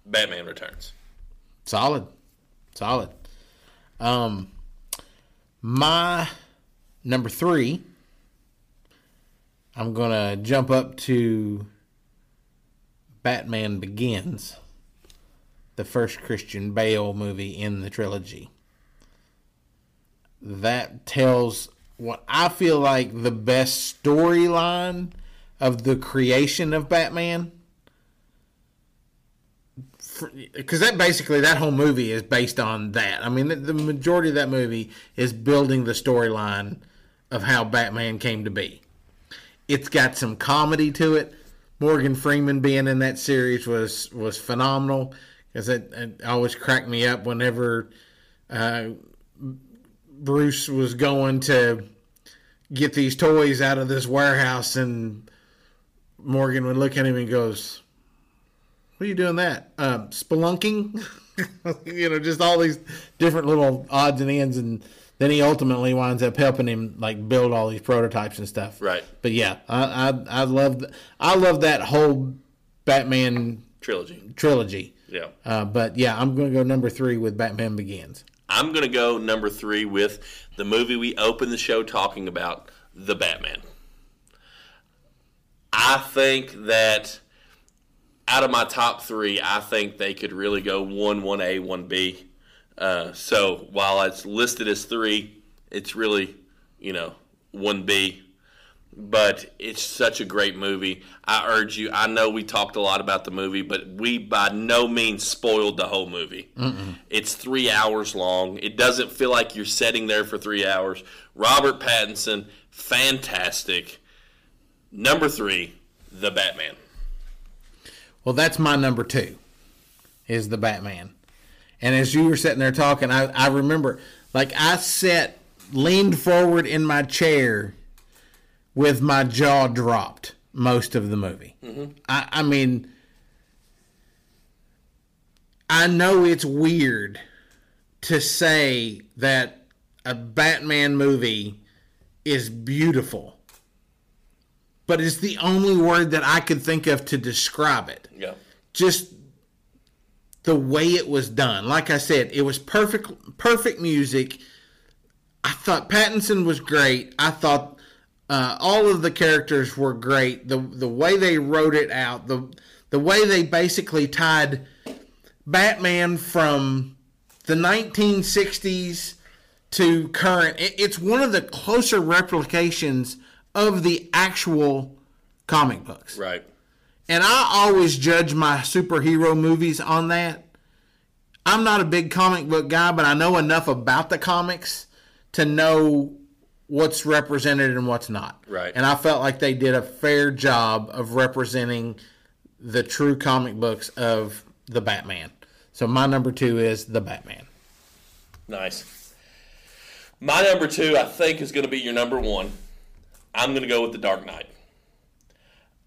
S4: Batman Returns.
S3: Solid. Solid. Um my number 3 I'm going to jump up to Batman Begins, the first Christian Bale movie in the trilogy. That tells what I feel like the best storyline of the creation of Batman because that basically that whole movie is based on that. I mean, the, the majority of that movie is building the storyline of how Batman came to be. It's got some comedy to it. Morgan Freeman being in that series was was phenomenal because it, it always cracked me up whenever uh, Bruce was going to get these toys out of this warehouse and Morgan would look at him and goes, "What are you doing that? Um, spelunking?" you know, just all these different little odds and ends, and then he ultimately winds up helping him like build all these prototypes and stuff.
S4: Right.
S3: But yeah, I I, I love I love that whole Batman
S4: Trilogy.
S3: trilogy.
S4: Yeah.
S3: Uh, but yeah, I'm going to go number three with Batman Begins.
S4: I'm going to go number three with the movie we opened the show talking about, The Batman. I think that out of my top three, I think they could really go 1, 1A, 1B. Uh, so while it's listed as three, it's really, you know, 1B. But it's such a great movie. I urge you, I know we talked a lot about the movie, but we by no means spoiled the whole movie. It's three hours long. It doesn't feel like you're sitting there for three hours. Robert Pattinson, fantastic. Number three, The Batman.
S3: Well, that's my number two, is the Batman. And as you were sitting there talking, I, I remember, like, I sat, leaned forward in my chair with my jaw dropped most of the movie. I, I mean, I know it's weird to say that a Batman movie is beautiful, but it's the only word that I could think of to describe it
S4: Yeah.
S3: just the way it was done. Like I said, it was perfect perfect music. I thought Pattinson was great. I thought uh, all of the characters were great. The the way they wrote it out, the the way they basically tied Batman from the 1960s to current. It, it's one of the closer replications of the actual comic books.
S4: Right.
S3: And I always judge my superhero movies on that. I'm not a big comic book guy, but I know enough about the comics to know what's represented and what's not.
S4: Right.
S3: And I felt like they did a fair job of representing the true comic books of the Batman. So my number two is the Batman.
S4: Nice. My number two, I think, is going to be your number one. I'm going to go with The Dark Knight.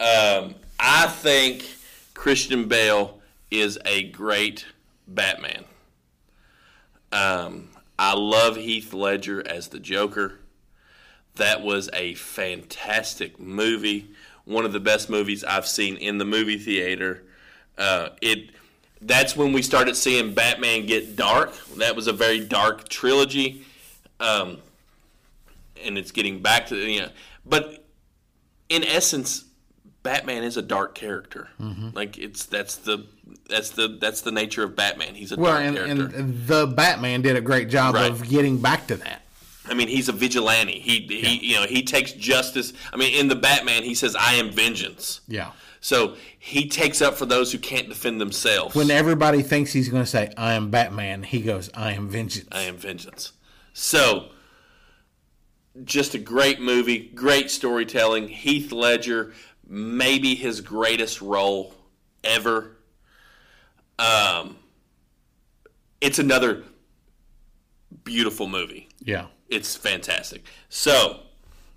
S4: Um, I think Christian Bale is a great Batman. Um, I love Heath Ledger as the Joker. That was a fantastic movie. One of the best movies I've seen in the movie theater. Uh, it that's when we started seeing Batman get dark. That was a very dark trilogy, um, and it's getting back to you know. But in essence, Batman is a dark character.
S3: Mm-hmm.
S4: Like it's that's the that's the that's the nature of Batman. He's a
S3: Well,
S4: dark
S3: and,
S4: character.
S3: and the Batman did a great job
S4: Right.
S3: of getting back to that.
S4: I mean, he's a vigilante. He, he you know, he takes justice. I mean, in the Batman, he says, "I am vengeance."
S3: Yeah.
S4: So he takes up for those who can't defend themselves.
S3: When everybody thinks he's going to say, I am Batman, he goes, I am vengeance.
S4: I am vengeance. So, just a great movie, great storytelling. Heath Ledger, maybe his greatest role ever. Um, it's another beautiful movie.
S3: yeah.
S4: It's fantastic. So,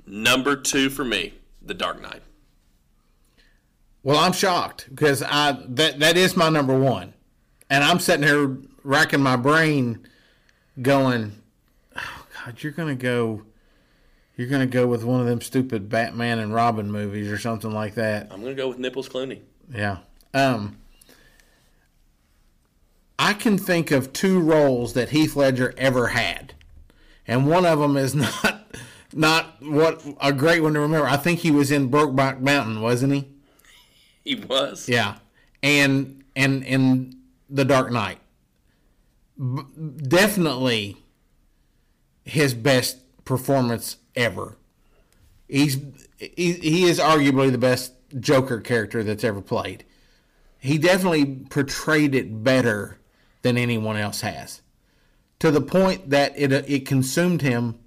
S4: number two for me, The Dark Knight.
S3: Well, I'm shocked because I that that is my number one, and I'm sitting here racking my brain, going, "Oh God, you're gonna go, you're gonna go with one of them stupid Batman and Robin movies or something like that."
S4: I'm gonna go with Nipples Clooney.
S3: Yeah. Um. I can think of two roles that Heath Ledger ever had, and one of them is not not what a great one to remember. I think he was in Brokeback Mountain, wasn't he?
S4: He was.
S3: Yeah, and and and the Dark Knight, B- definitely his best performance ever. He's he, he is arguably the best Joker character that's ever played. He definitely portrayed it better than anyone else has, to the point that it it consumed uh, him,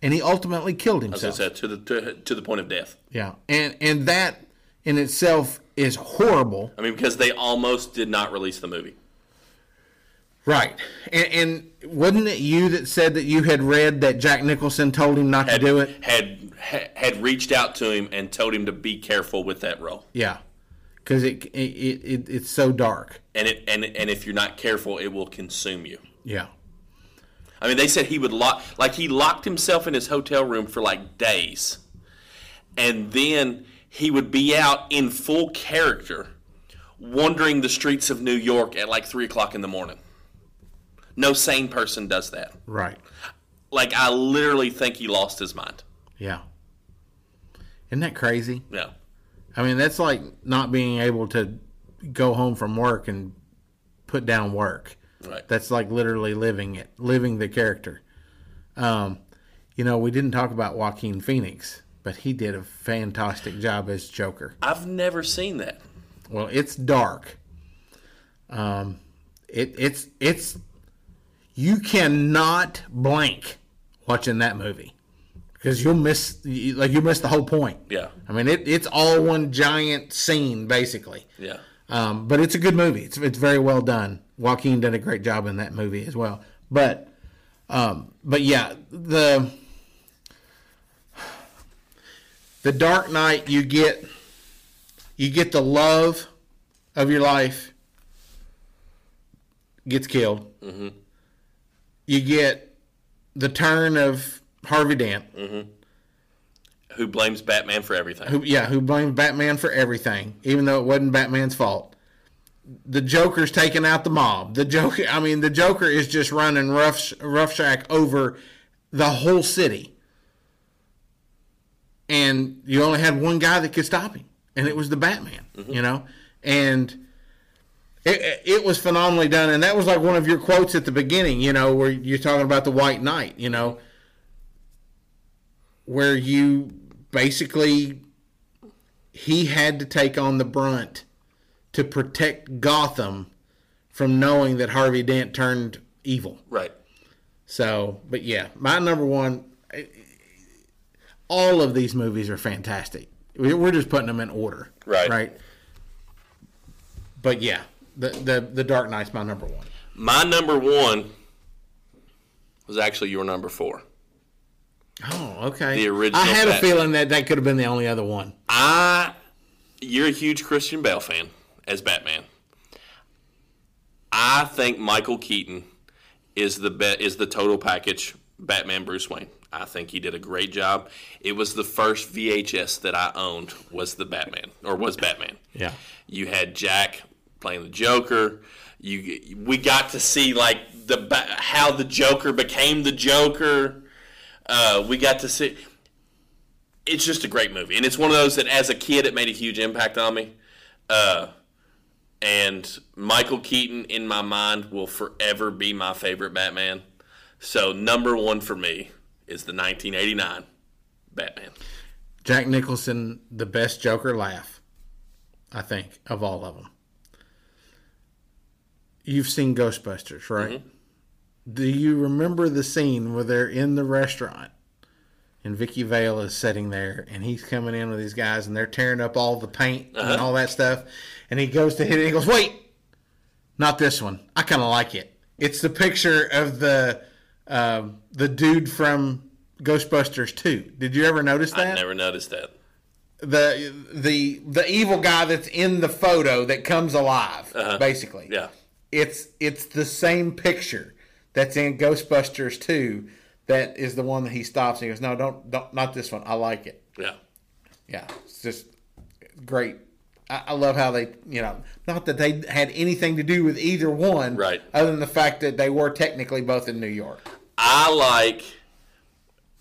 S3: and he ultimately killed
S4: As I
S3: himself.
S4: said, to the to, to the point of death.
S3: Yeah, and and that in itself is horrible.
S4: I mean, because they almost did not release the movie.
S3: Right. And, and wasn't it you that said that you had read that Jack Nicholson told him not
S4: Had,
S3: to do it?
S4: Had ha- had reached out to him and told him to be careful with that role.
S3: Yeah. Because it, it, it it's so dark.
S4: And it and and if you're not careful, it will consume you.
S3: Yeah.
S4: I mean, they said he would lock, like he locked himself in his hotel room for like days, and then he would be out in full character, wandering the streets of New York at like three o'clock in the morning. No sane person does that.
S3: Right.
S4: Like I literally think he lost his mind.
S3: Yeah. Isn't that crazy?
S4: Yeah,
S3: I mean, that's like not being able to go home from work and put down work.
S4: right.
S3: That's like literally living it, living the character. Um, you know, we didn't talk about Joaquin Phoenix, but he did a fantastic job as Joker.
S4: I've never seen that.
S3: Well, it's dark. Um, it, it's it's you cannot blank watching that movie because you'll miss you- like you miss the whole point.
S4: Yeah,
S3: I mean, it, it's all one giant scene basically.
S4: yeah.
S3: Um, but it's a good movie. It's it's very well done. Joaquin did a great job in that movie as well. But um, but yeah, the the Dark Knight you get you get the love of your life gets killed. You get the turn of Harvey Dent.
S4: Who blames Batman for everything?
S3: who yeah, who blamed Batman for everything, even though it wasn't Batman's fault. The Joker's taking out the mob. The Joker, I mean, the Joker is just running rough roughshack over the whole city, and you only had one guy that could stop him, and it was the Batman. You know, and. It, it was phenomenally done, and that was like one of your quotes at the beginning. You know, where you're talking about the White Knight. You know, where you basically he had to take on the brunt to protect Gotham from knowing that Harvey Dent turned evil.
S4: Right.
S3: So, but yeah, my number one. eh, All of these movies are fantastic. We- We're just putting them in order,
S4: Right.
S3: Right. But yeah, the the the Dark Knight's my number one.
S4: My number one was actually your number four.
S3: Oh, okay.
S4: The original
S3: I had a
S4: Batman.
S3: feeling that that could have been the only other one.
S4: I, you're a huge Christian Bale fan as Batman. I think Michael Keaton is the be- is the total package Batman Bruce Wayne. I think he did a great job. It was the first VHS that I owned was the Batman or was Batman.
S3: Yeah.
S4: You had Jack playing the Joker. You we got to see like the ba- how the Joker became the Joker. Uh, we got to see. It's just a great movie, and it's one of those that as a kid it made a huge impact on me. Uh, and Michael Keaton in my mind will forever be my favorite Batman. So number one for me is the 1989 Batman.
S3: Jack Nicholson, the best Joker laugh, I think, of all of them. You've seen Ghostbusters, right? Do you remember the scene where they're in the restaurant and Vicky Vale is sitting there and he's coming in with these guys and they're tearing up all the paint and all that stuff? And he goes to hit it and he goes, Wait, not this one. I kind of like it. It's the picture of the um the dude from Ghostbusters 2. Did you ever notice that?
S4: I never noticed that.
S3: the the the evil guy that's in the photo that comes alive basically
S4: Uh-huh. Yeah.
S3: it's it's the same picture that's in ghostbusters 2 that is the one that he stops and he goes no don't, don't not this one i like it
S4: Yeah.
S3: yeah it's just great I, I love how they you know not that they had anything to do with either one
S4: Right.
S3: other than the fact that they were technically both in new york
S4: I like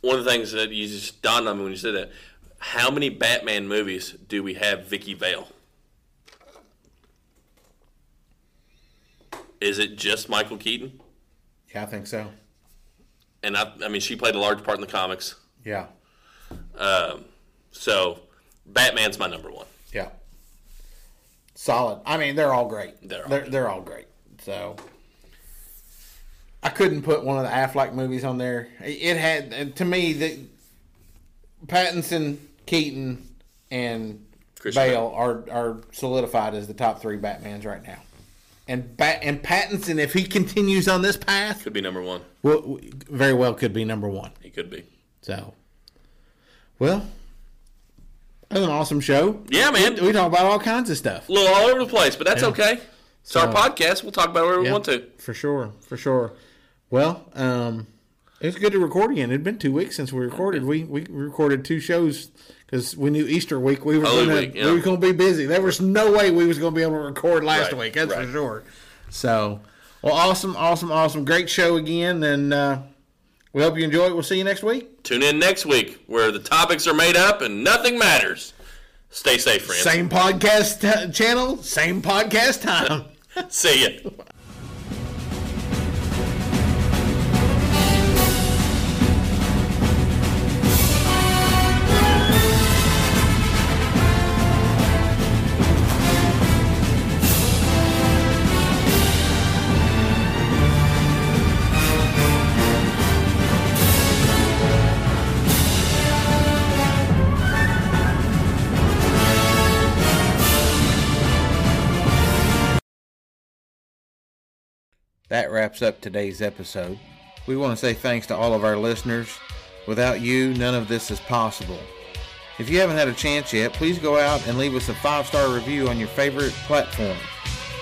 S4: one of the things that you just dawned on me when you said that. How many Batman movies do we have Vicky Vale? Is it just Michael Keaton?
S3: yeah i think so
S4: And I, I mean, she played a large part in the comics.
S3: yeah
S4: So Batman's my number one.
S3: Yeah. Solid. I mean, they're all great.
S4: They're all
S3: they're,
S4: good.
S3: they're all great. So, I couldn't put one of the Affleck movies on there. It had and to me the Pattinson, Keaton, and
S4: Christian
S3: Bale are are solidified as the top three Batmans right now. And Bat and Pattinson, if he continues on this path,
S4: Could be number one.
S3: will, very well could be number one.
S4: He could be.
S3: So, well, that was an awesome show.
S4: Yeah, man.
S3: We talk about all kinds of stuff.
S4: a little all over the place, but that's okay. It's our
S3: So-
S4: podcast. We'll talk about it whatever we
S3: Yeah,
S4: want to.
S3: For sure, for sure. Well, um, it's good to record again. It'd been two weeks since we recorded. We we recorded two shows because we knew Easter week we were
S4: Holy
S3: gonna
S4: Oh, week, yeah.
S3: we were gonna be busy. There was no way we was gonna be able to record last
S4: Right,
S3: week. That's
S4: right.
S3: for sure. So, well, awesome, awesome, awesome. Great show again, and uh, we hope you enjoy it. We'll see you next week.
S4: Tune in next week where the topics are made up and nothing matters. Stay safe, friends.
S3: Same podcast t- channel, same podcast time.
S4: See ya.
S3: That wraps up today's episode. We want to say thanks to all of our listeners. Without you, none of this is possible. If you haven't had a chance yet, please go out and leave us a five star review on your favorite platform.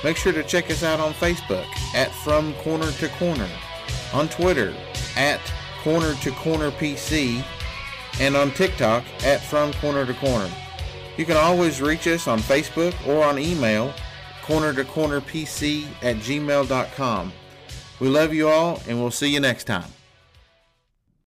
S3: Make sure to check us out on Facebook at From Corner to Corner, on Twitter at Corner to Corner PC, and on TikTok at From Corner to Corner. You can always reach us on Facebook or on email, corner to corner pc at gmail.com. We love you all, and we'll see you next time.